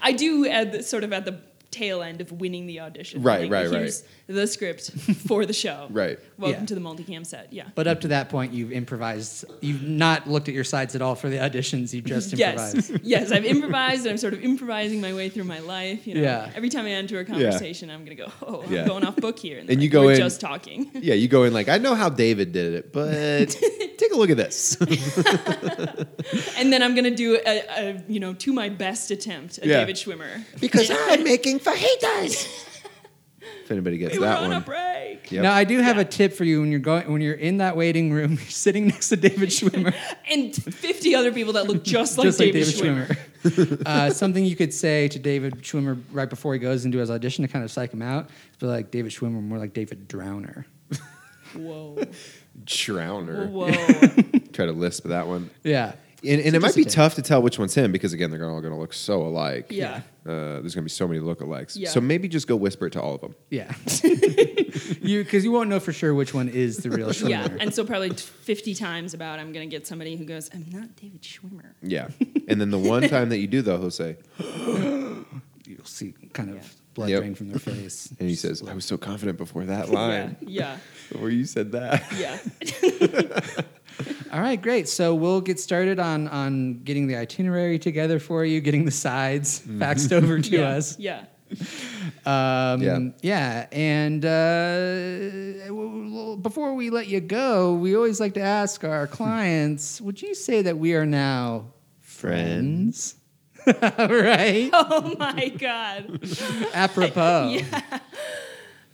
C: I do add the, sort of at the tail end of winning the audition.
B: Right,
C: Like,
B: right, right.
C: Here's the script for the show.
B: <laughs> Right.
C: Welcome
A: Yeah.
C: to the multicam set. Yeah.
A: But up to that point, you've improvised. You've not looked at your sides at all for the auditions. You've just improvised.
C: <laughs> Yes, yes, I've improvised and I'm sort of improvising my way through my life. You know,
A: Yeah.
C: every time I enter a conversation, I'm gonna go, <laughs> oh, I'm
B: Yeah.
C: going off book here,
B: And
C: like,
B: you go
C: we're
B: in-
C: just talking. <laughs>
B: Yeah, you go in like I know how David did it, but take a look at this. <laughs>
C: and then I'm gonna do a, a you know to my best attempt a
B: Yeah.
C: David Schwimmer.
B: because I'm making fajitas. If anybody gets
C: We were
B: that
C: on a
B: one,
C: break,
B: Yep.
A: Now I do have a tip for you when you're going when you're in that waiting room, <laughs> you're sitting next to
C: <laughs>
A: David Schwimmer,
C: and 50 other people that look just like,
A: just like David
C: David, Schwimmer.
A: Schwimmer. <laughs> uh, something you could say to David Schwimmer right before he goes into his audition to kind of psych him out. Be like David Schwimmer, more like David Drowner.
C: Whoa,
A: <laughs>
B: Drowner.
C: whoa.
B: Try to lisp that one.
A: Yeah,
B: And, and it might be
A: Sophisticated.
B: tough to tell which one's him because again, they're all going to look so alike.
C: Yeah.
B: Uh, there's going to be so many lookalikes.
C: Yeah.
B: So maybe just go whisper it to all of them.
A: yeah. <laughs> you because you won't know for sure which one is the real Schwimmer.
C: <laughs> yeah, and so probably 50 times about I'm gonna get somebody who goes, I'm not David Schwimmer.
B: Yeah. <laughs> and then the one time that you do though, he'll say,
A: You'll see kind of blood
B: Yep.
A: drain from
B: <laughs>
A: their face.
B: and he says, "I was so confident before that
C: Yeah,
B: line,
C: yeah,
B: before you said that."
C: yeah.
A: All right, great. So we'll get started on on getting the itinerary together for you, getting the
B: <laughs>
A: sides
B: Mm-hmm.
A: faxed over to
C: yeah,
A: us.
C: Yeah.
A: Um,
B: Yeah.
A: yeah. And uh, w- w- before we let you go, we always like to ask
B: Hmm.
A: our clients would you say that we are now friends? <laughs>
C: <laughs>
A: right?
C: Oh my
A: <laughs>
C: God.
A: Apropos.
C: Yeah.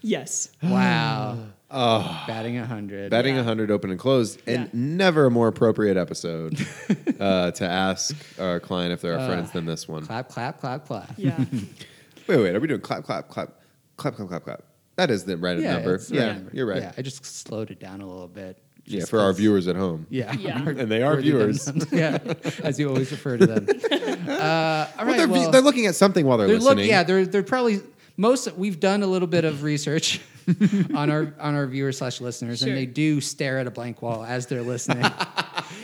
C: Yes.
B: <gasps>
A: Wow. oh. Batting 100.
B: <laughs> Batting
C: Yeah.
B: 100 open and closed, and
C: Yeah.
B: never a more appropriate
C: <laughs>
B: episode uh, to ask our client if they're our friends than this one.
A: clap, clap, clap, clap.
C: Yeah.
B: Wait, wait, are we doing clap, clap, clap, clap, clap, clap, clap? That is the right number.
A: it's the
B: Yeah,
A: right number.
B: you're right.
A: Yeah, I just slowed it down a little bit.
B: yeah,
A: just
B: for our
A: 'cause-
B: viewers at home.
A: Yeah. <laughs>
C: Yeah.
B: And they are
A: Worthy dum
B: viewers.
A: dums. <laughs> yeah, as you always refer to
B: <laughs>
A: them. Uh, all
B: Well,
A: right,
B: they're,
A: well-
B: they're looking at something while they're,
A: They're
B: listening.
A: look, yeah, they're they're probably most. We've done a little bit of
B: <laughs>
A: research on our on our viewers slash listeners,
C: Sure.
A: and they do stare at a blank wall as they're
B: <laughs>
A: listening,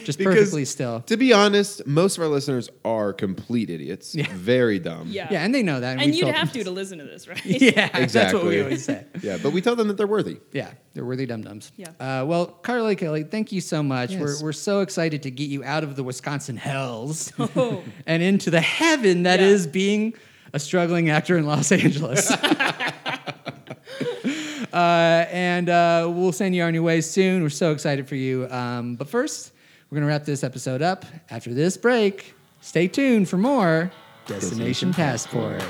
A: just
B: Because-
A: perfectly still.
B: To be honest, most of our listeners are complete idiots.
A: Yeah.
B: Very dumb.
C: Yeah.
A: <laughs> Yeah, and they know that.
C: And
A: we
C: you'd
A: told
C: have
A: them.
C: to to listen to this, right?
A: <laughs> Yeah, that's what
B: Exactly.
A: we always say.
B: Yeah, but we tell them that they're worthy.
A: Yeah, they're worthy dum dums.
C: Yeah.
A: Uh, well, Carly Kelly, thank you so much.
B: Yes.
A: We're we're so excited to get you out of the Wisconsin hells
C: <laughs> Oh,
A: and into the heaven that
C: Yeah.
A: is being a struggling actor in Los
C: <laughs>
A: Angeles. <laughs> uh, and uh, we'll send you on your way soon. We're so excited for you. Um, but first, we're going to wrap this episode up. After this break, stay tuned for more Destination Passport.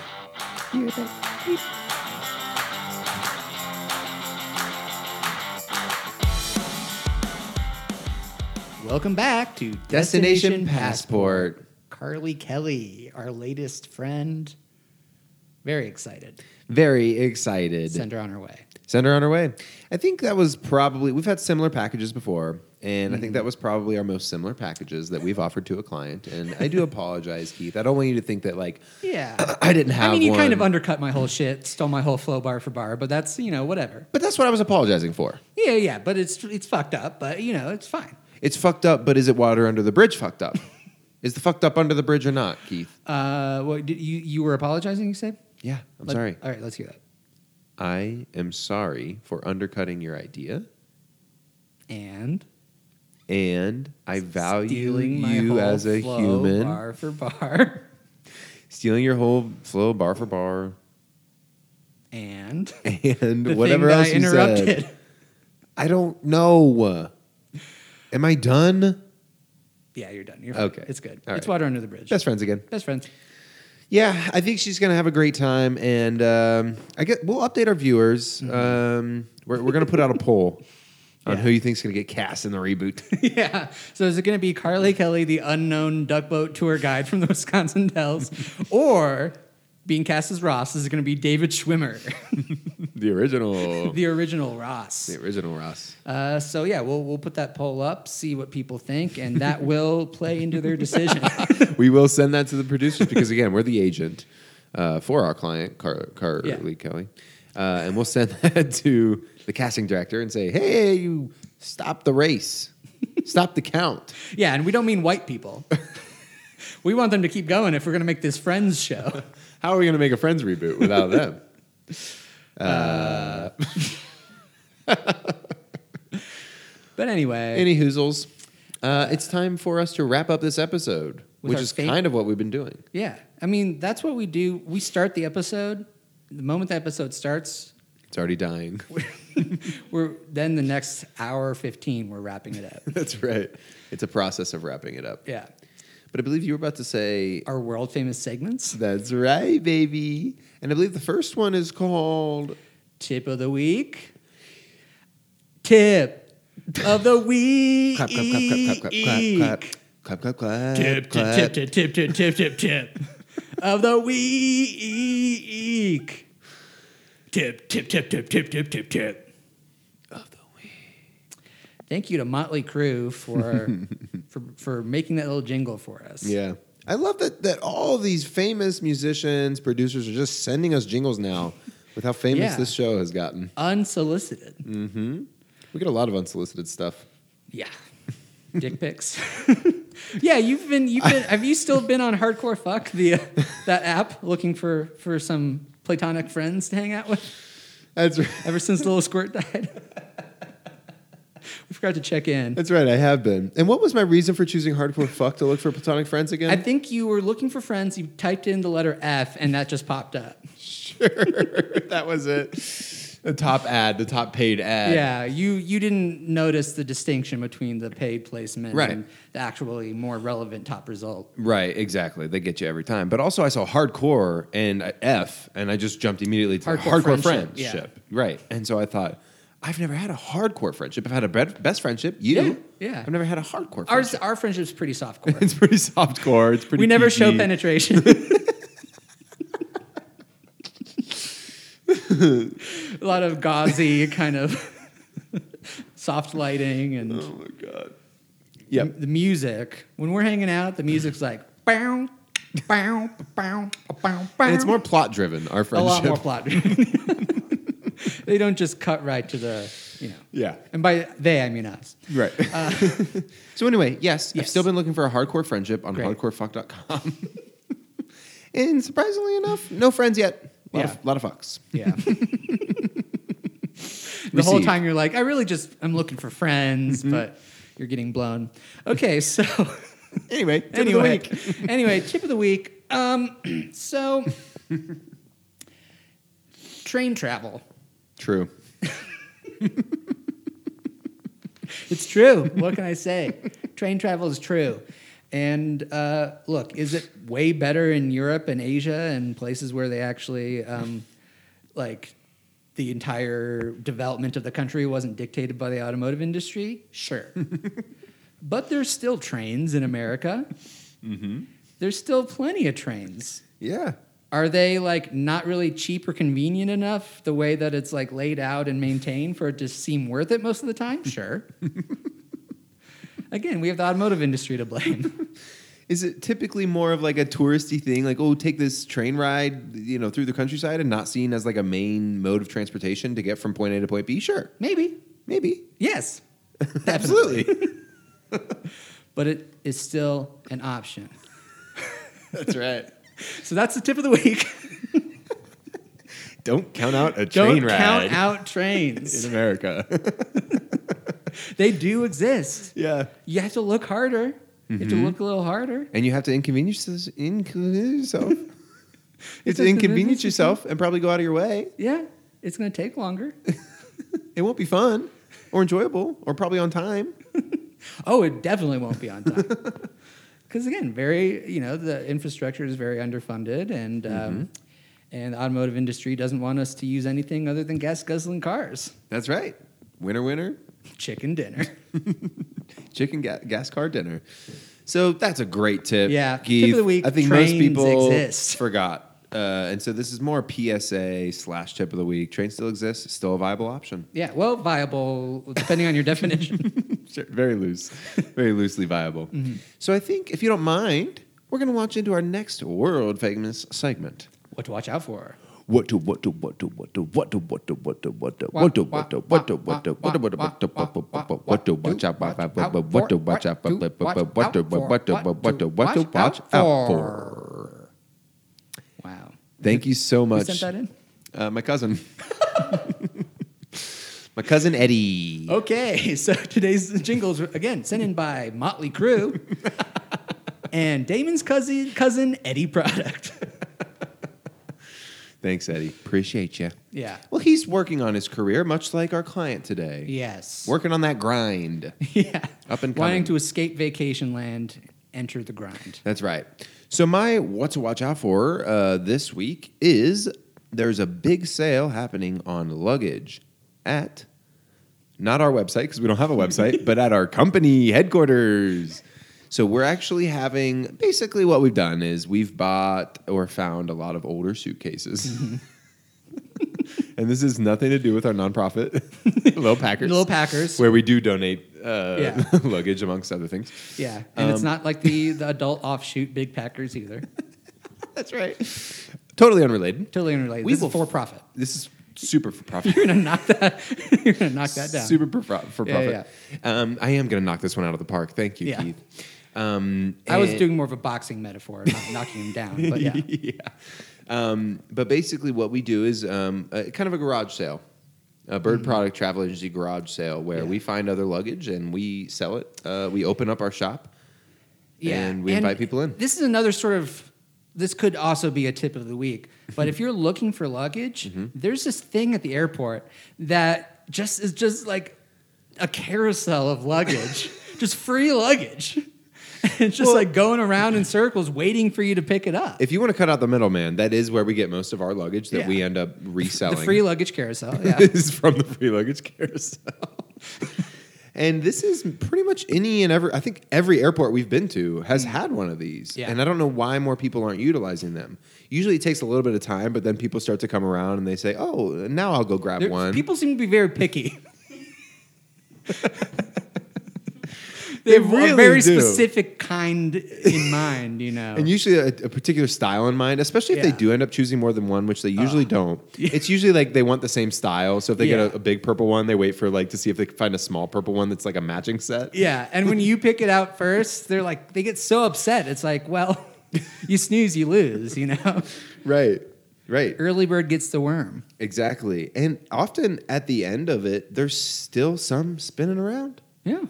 A: Welcome back to Destination Passport. Carly Kelly, our latest friend. Very excited.
B: Very excited.
A: Send her on her way.
B: Send her on her way. I think that was probably we've had similar packages before, and I think
A: Mm-hmm.
B: that was probably our most similar packages that we've offered to a client. And I do <laughs> apologize, Keith. I don't want you to think that like <clears throat>
A: <coughs> Yeah.
B: I didn't have.
A: I mean, you kind of
B: one.
A: undercut my whole shit, stole my whole flow bar for bar, but that's you know whatever.
B: But that's what I was apologizing for.
A: Yeah, yeah, but it's it's fucked up, but you know it's fine.
B: It's fucked up, but is it water under the bridge
A: <laughs>
B: fucked up? is the fucked up under the bridge or not, Keith?
A: Uh, what did you you were apologizing? You said.
B: Yeah, I'm
A: Let-
B: sorry.
A: All right, let's hear that.
B: I am sorry for undercutting your idea,
A: And
B: and I value
A: stealing my
B: you
A: whole
B: as a
A: flow
B: human.
A: bar for bar, <laughs>
B: Stealing your whole flow bar for bar.
A: and
B: <laughs>
A: <laughs>
B: and
A: the
B: whatever
A: thing
B: else
A: that I
B: you
A: interrupted. <laughs>
B: said. I don't know. Am I done?
A: Yeah, you're done. You're fine.
B: Okay.
A: It's good.
B: All
A: it's
B: right.
A: water under the bridge.
B: Best friends again.
A: Best friends.
B: Yeah, I think she's gonna have a great time, and um, I get we'll update our viewers. Um, we're we're gonna put out a poll on
A: Yeah.
B: who you think's gonna get cast in the reboot.
A: <laughs> yeah. So is it going to be Carly Kelly, the unknown duck boat tour guide from the <laughs> Wisconsin Dells, or being cast as Ross is going to be David Schwimmer, <laughs>
B: <laughs> the original,
A: the original Ross?
B: the original Ross.
A: Uh, so yeah, we'll we'll put that poll up, see what people think, and that will play into their decision.
B: <laughs>
A: <laughs>
B: we will send that to the producers because again, we're the agent uh, for our client, Car- Carly
A: Yeah.
B: Kelly, uh, and we'll send <laughs> that to the casting director and say, "Hey, you stop the race, stop the count."
A: yeah, and we don't mean white people. we want them to keep going if we're going to make this Friends show.
B: How are we going to make a Friends reboot without them?
A: But anyway,
B: Any hoozles? Uh, it's time for us to wrap up this episode,
A: With
B: which
A: our
B: is
A: fake-
B: kind of what we've been doing.
A: yeah. I mean, that's what we do. We start the episode. The moment the episode starts,
B: It's already dying. <laughs>
A: we're then the next hour 15, we're wrapping it up. <laughs>
B: That's right. It's a process of wrapping it up.
A: Yeah.
B: But I believe you were about to say.
A: Our world famous segments.
B: That's right, baby. And I believe the first one is called.
A: Tip of the week. Tip of the week.
B: Clap, clap, clap, clap, clap, clap, clap, clap, clap, clap,
A: Tip,
B: clap.
A: tip, tip, tip, tip, tip, tip, tip. of the week. Tip, tip, tip, tip, tip, tip, tip, tip.
B: Of the week.
A: Thank you to Motley Crue for for,
B: <laughs>
A: for making that little jingle for us.
B: Yeah. I love that that all these famous musicians, producers are just sending us jingles now with how famous
A: Yeah.
B: this show has gotten.
A: Unsolicited.
B: We get a lot of unsolicited stuff.
A: Yeah. Dick pics. <laughs> yeah, you've been you've been have you still been on Hardcore Fuck the uh, that app looking for for some platonic friends to hang out with
B: That's <laughs> right.
A: ever since Little Squirt died? we forgot to check in.
B: That's right. I have been. And what was my reason for choosing hardcore fuck to look for platonic friends again?
A: I
B: <laughs>
A: think you were looking for friends. You typed in the letter F, and that just popped up.
B: that was it. The top ad, the top paid ad.
A: Yeah, you you didn't notice the distinction between the paid placement
B: Right.
A: and the actually more relevant top result.
B: Right, exactly. They get you every time. But also, I saw hardcore and uh, F, and I just jumped immediately to hardcore,
A: Hardcore
B: friendship.
A: friendship, yeah.
B: Right. And so I thought, I've never had a hardcore friendship. I've had a bed- best friendship. You?
A: Yeah, yeah.
B: I've never had a hardcore
A: Ours,
B: friendship. <laughs>
A: our friendship's pretty soft core.
B: it's pretty soft core. It's pretty.
A: we never show
B: PG.
A: penetration.
B: <laughs>
A: A lot of gauzy kind of <laughs> soft lighting and
B: Oh my god.
A: m-
B: Yep.
A: the music. When we're hanging out, the music's like bow, bow, bow, bow, bow.
B: And it's more plot driven. Our
A: a
B: friendship.
A: lot more plot. <laughs> they don't just cut right to the, you know.
B: <laughs> Yeah.
A: And by they, I mean us.
B: Right. Uh, <laughs> so anyway, yes, I've
A: yes.
B: still been looking for a hardcore friendship on
A: Great.
B: hardcorefuck.com. <laughs> and surprisingly enough, no friends yet. A lot,
A: Yeah.
B: of, lot of fucks.
A: Yeah. <laughs> the whole
B: Received.
A: time you're like, I really just I'm looking for friends, but you're getting blown. Okay, <laughs> so
B: Anyway, tip
A: anyway,
B: of the week.
A: anyway, tip of the week. Um, <clears throat> so train travel.
B: True.
A: It's true. What can I say? Train travel is true. And uh, look, is it way better in Europe and Asia and places where they actually, um, like, the entire development of the country wasn't dictated by the automotive industry? Sure. <laughs> but there's still trains in America. There's still plenty of trains.
B: Yeah.
A: Are they like not really cheap or convenient enough the way that it's like laid out and maintained for it to seem worth it most of the
B: <laughs>
A: time? Sure. Again, we have the automotive industry to
B: <laughs>
A: blame.
B: Is it typically more of like a touristy thing, like oh, take this train ride, you know, through the countryside, and not seen as like a main mode of transportation to get from point A to point B? Sure,
A: Maybe.
B: maybe,
A: Yes.
B: absolutely.
A: But it is still an option.
B: <laughs> That's right.
A: So that's the tip of the week.
B: Don't count out a <laughs> train
A: Don't
B: ride
A: count out
B: in <laughs>
A: trains.
B: America.
A: they do exist.
B: yeah.
A: You have to look harder. You
B: Mm-hmm.
A: have to look a little harder.
B: and you have to inconvenience this-
A: <laughs>
B: inconvenience yourself. it's
A: It's like
B: inconvenience
A: the-
B: yourself and probably go out of your way.
A: Yeah. It's going to take longer.
B: It won't be fun or enjoyable or probably on time.
A: Oh, it definitely won't be on time. <laughs> Because again, very you know the infrastructure is very underfunded, and um,
B: Mm-hmm.
A: and the automotive industry doesn't want us to use anything other than gas guzzling cars. <laughs>
B: That's right. Winner, winner,
A: Chicken
B: <laughs>
A: dinner.
B: chicken ga- gas car dinner. So that's a great tip.
A: Yeah, tip of
B: Keith.
A: the week,
B: I think most
A: trains
B: people
A: exist. <laughs>
B: forgot. Uh, and so this is more PSA slash tip of the week. Train still exists, it's still a viable option.
A: <laughs> yeah, well, viable depending on your definition. <laughs>
B: Sure, very loose, very loosely viable.
A: Mm-hmm.
B: So I think if you don't mind, we're going to launch into our next world famous segment.
A: what to watch out for?
B: What to what to what to what to what to what to what to what to
A: Wa-
B: what to what to
A: wa-
B: what to
A: wa-
B: what to
A: wa-
B: what to what to
A: wa-
B: what to
A: wa- wa-
B: what to watch out
A: wa-
B: what
A: out
B: to what to
A: for,
B: watch out
A: what
B: what to
A: to watch
B: what to
A: out for,
B: what to what to what to watch out for.
A: Wow.
B: Thank you so
A: Who
B: much.
A: sent that in?
B: Uh, my cousin. my cousin Eddie.
A: Okay, <laughs> so today's jingles were, again sent in by Motley
B: <laughs>
A: Crue and Damon's cousin, cousin Eddie Product. <laughs>
B: Thanks, Eddie. Appreciate you.
A: Yeah.
B: Well, he's working on his career, much like our client today.
A: Yes.
B: Working on that grind.
A: <laughs> Yeah.
B: Up and
A: wanting
B: coming.
A: to escape vacation land, enter the grind.
B: That's right. So my what to watch out for uh, this week is there's a big sale happening on luggage at not our website because we don't have
A: <laughs>
B: a website, but at our company headquarters. So we're actually having basically what we've done is we've bought or found a lot of older suitcases.
A: <laughs>
B: and this is nothing to do with our nonprofit, <laughs> Low Packers.
A: Little Packers.
B: Where we do donate uh,
A: Yeah.
B: <laughs> luggage amongst other things.
A: Yeah, and
B: Um,
A: it's not like the, the adult offshoot Big Packers either.
B: That's right. Totally unrelated.
A: Totally unrelated.
B: We
A: this
B: will
A: is for profit. <laughs>
B: This is super for profit.
A: You're gonna knock that. <laughs> You're gonna knock that down.
B: Super for, pro- for
A: Yeah,
B: profit. Um, I am going to knock this one out of the park. Thank you,
A: Yeah.
B: Keith. Um,
A: I was
B: and-
A: doing more of a boxing metaphor, not knocking him down. But
B: <laughs>
A: yeah,
B: yeah. Um, but basically, what we do is um, a, kind of a garage sale, a bird product travel agency garage sale where
A: Mm-hmm. Yeah.
B: we find other luggage and we sell it. Uh, we open up our shop.
A: yeah.
B: And we invite people in.
A: This is another sort of. This could also be a tip of the week. But if you're looking for luggage,
B: Mm-hmm.
A: there's this thing at the airport that just is just like a carousel of
B: <laughs>
A: luggage, just free luggage. <laughs> it's just like going around in circles, waiting for you to pick it up.
B: If you want to cut out the middleman, that is where we get most of our luggage that
A: Yeah.
B: we end
A: <laughs>
B: up
A: the
B: reselling.
A: free luggage carousel. Yeah.
B: <laughs> is from the free luggage carousel. <laughs> and this is pretty much any and every, I think every airport we've been to has had one of these.
A: Mm. Yeah.
B: And I don't know why more people aren't utilizing them. Usually it takes a little bit of time, but then people start to come around and they say, oh, now I'll go grab
A: There-
B: one.
A: People seem to be very
B: <laughs>
A: picky. <laughs> they,
B: They
A: have
B: really
A: a very
B: do.
A: specific kind in mind, you know.
B: <laughs> and usually a, a particular style in mind, especially if they
A: Yeah. Uh.
B: do end up choosing more than one, which they usually don't.
A: <laughs> Yeah.
B: It's usually like they want the same style. So if they
A: Yeah.
B: get a, a big purple one, they wait for like to see if they can find a small purple one that's like a matching set.
A: yeah, and when you pick it out first, they're like they get so upset. It's like, well, <laughs> you snooze, you lose, you know.
B: Right. Right.
A: Early bird gets the worm.
B: Exactly. And often at the end of it, there's still some spinning around.
A: Yeah.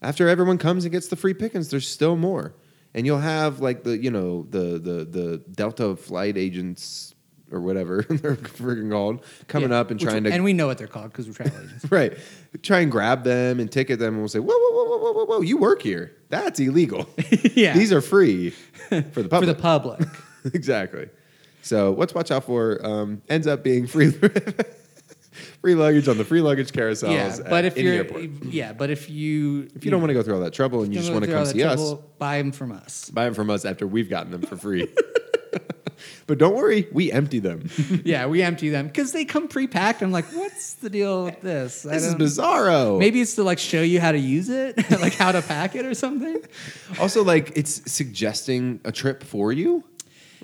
B: After everyone comes and gets the free pickings, there's still more. And you'll have like the, you know, the the the Delta flight agents or whatever <laughs> they're freaking called coming
A: Yeah.
B: up and
A: Which-
B: trying to
A: And we know what they're called because we're travel agents.
B: <laughs> right, try and grab them and ticket them and we'll say, "Whoa, whoa, whoa, whoa, whoa, whoa, you work here. That's illegal.
A: <laughs> Yeah.
B: These are free
A: <laughs>
B: for the
A: For
B: public."
A: the public.
B: <laughs> exactly. So what's watch out for um, ends up being free <laughs> free luggage on the free luggage carousels.
A: yeah.
B: at
A: But if
B: any
A: you're
B: airport.
A: yeah, but if you
B: if you don't want to go through all that trouble and you
A: don't
B: just
A: go
B: want to
A: through
B: come
A: all that
B: see us,
A: trouble, buy them from us. <laughs>
B: buy them from us after we've gotten them for free. <laughs> but don't worry, we empty them.
A: yeah, we empty them because they come pre-packed. I'm like, what's the deal with this? <laughs> I
B: This is
A: don't-
B: bizarro.
A: Maybe it's to like show you how to use it, <laughs> like how to pack it or something.
B: <laughs> also like it's suggesting a trip for you.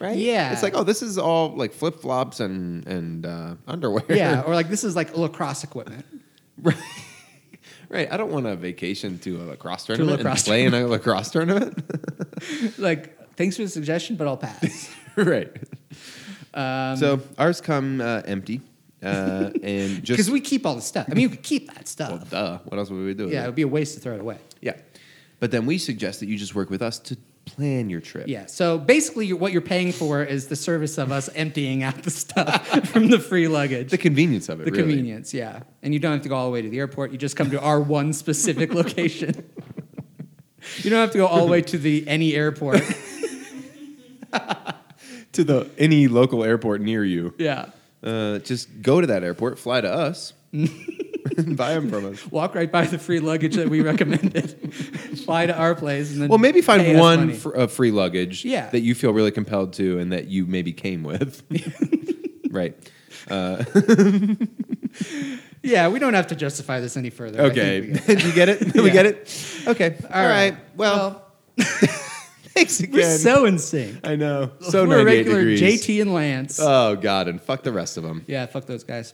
B: Right?
A: Yeah.
B: It's like, oh, this is all like flip flops and and uh, underwear.
A: Yeah, or like this is like lacrosse equipment.
B: Right. <laughs> Right. I don't want a vacation to a lacrosse tournament
A: lacrosse
B: and play in a lacrosse tournament.
A: <laughs>
B: <laughs>
A: Like, thanks for the suggestion, but I'll pass.
B: right.
A: Um,
B: so ours come uh, empty,
A: <laughs>
B: uh, and just
A: Because we keep all the stuff. I mean, we keep that
B: well,
A: stuff.
B: duh. What else would we do? with
A: yeah, it
B: it?
A: would be a waste to throw it away.
B: yeah. But then we suggest that you just work with us to plan your trip.
A: Yeah. So basically, you're, what you're paying for is the service of us emptying out the stuff <laughs> from the free luggage.
B: The convenience of it.
A: The
B: really.
A: convenience, yeah. And you don't have to go all the way to the airport. You just come to our one
B: <laughs>
A: specific location. you don't have to go all the way to the any
B: <laughs>
A: airport.
B: to the any local airport near you.
A: Yeah.
B: Uh, just go to that airport, fly to
A: <laughs>
B: us, <laughs> and buy them from us.
A: Walk right by the free luggage that we recommended. <laughs> Fly to our place and then
B: Well, maybe
A: pay
B: find
A: us
B: one
A: money.
B: fr- uh, free luggage
A: Yeah.
B: that you feel really compelled to and that you maybe
A: <laughs>
B: came with. right.
A: yeah, we don't have to justify this any further. I think
B: <laughs> Okay.
A: we-
B: Did you get it?
A: Yeah.
B: We get it? Okay. All right. Well, Thanks again.
A: We're so in sync.
B: I know. So
A: We're
B: 98
A: regular
B: degrees.
A: JT and Lance.
B: Oh God, and fuck the rest of them.
A: Yeah, fuck those guys.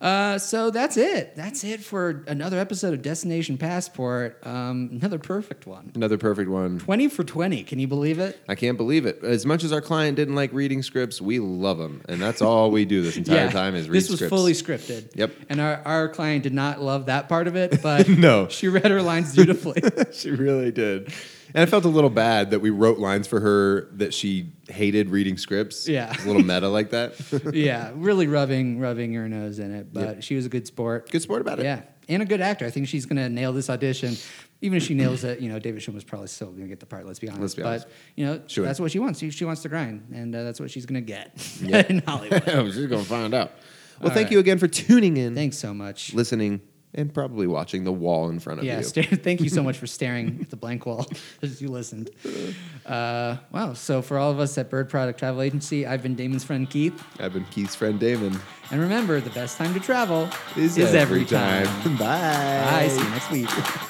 A: Uh, so that's it. That's it for another episode of Destination Passport. Um, another perfect one.
B: Another perfect one.
A: 20 for 20. Can you believe it?
B: I can't believe it. As much as our client didn't like reading scripts, we love them, and that's all we do this entire time is read
A: This was
B: scripts.
A: fully scripted.
B: Yep.
A: And our, our client did not love that part of
B: <laughs>
A: it, but
B: No.
A: she read her lines
B: <laughs>
A: dutifully.
B: she really did. And I felt a little bad that we wrote lines for her that she hated reading scripts.
A: Yeah.
B: It's a little meta like that. <laughs>
A: yeah, really rubbing rubbing her nose in it, but she was a good sport.
B: Good sport about it.
A: Yeah, and a good actor. I think she's going to nail this audition. Even if she nails it, you know, David Schwimmer was probably still going to get the part. Let's be honest.
B: Let's be honest.
A: But you know,
B: She would.
A: that's what she wants. She, she wants to grind, and uh, that's what she's going to get <laughs>
B: Yeah.
A: in Hollywood.
B: <laughs> She's gonna find out. Well,
A: All
B: thank
A: right.
B: you again for tuning in,
A: Thanks so much.
B: listening, and probably watching the wall in front of
A: yeah,
B: you.
A: stare- thank you so much for staring at the blank wall <laughs> as you listened. Uh, wow. So for all of us at Bird Product Travel Agency, I've been Damon's friend Keith,
B: I've been Keith's friend Damon.
A: and remember, the best time to travel
B: Is,
A: every time.
B: <laughs> Bye.
A: Bye. See you next week.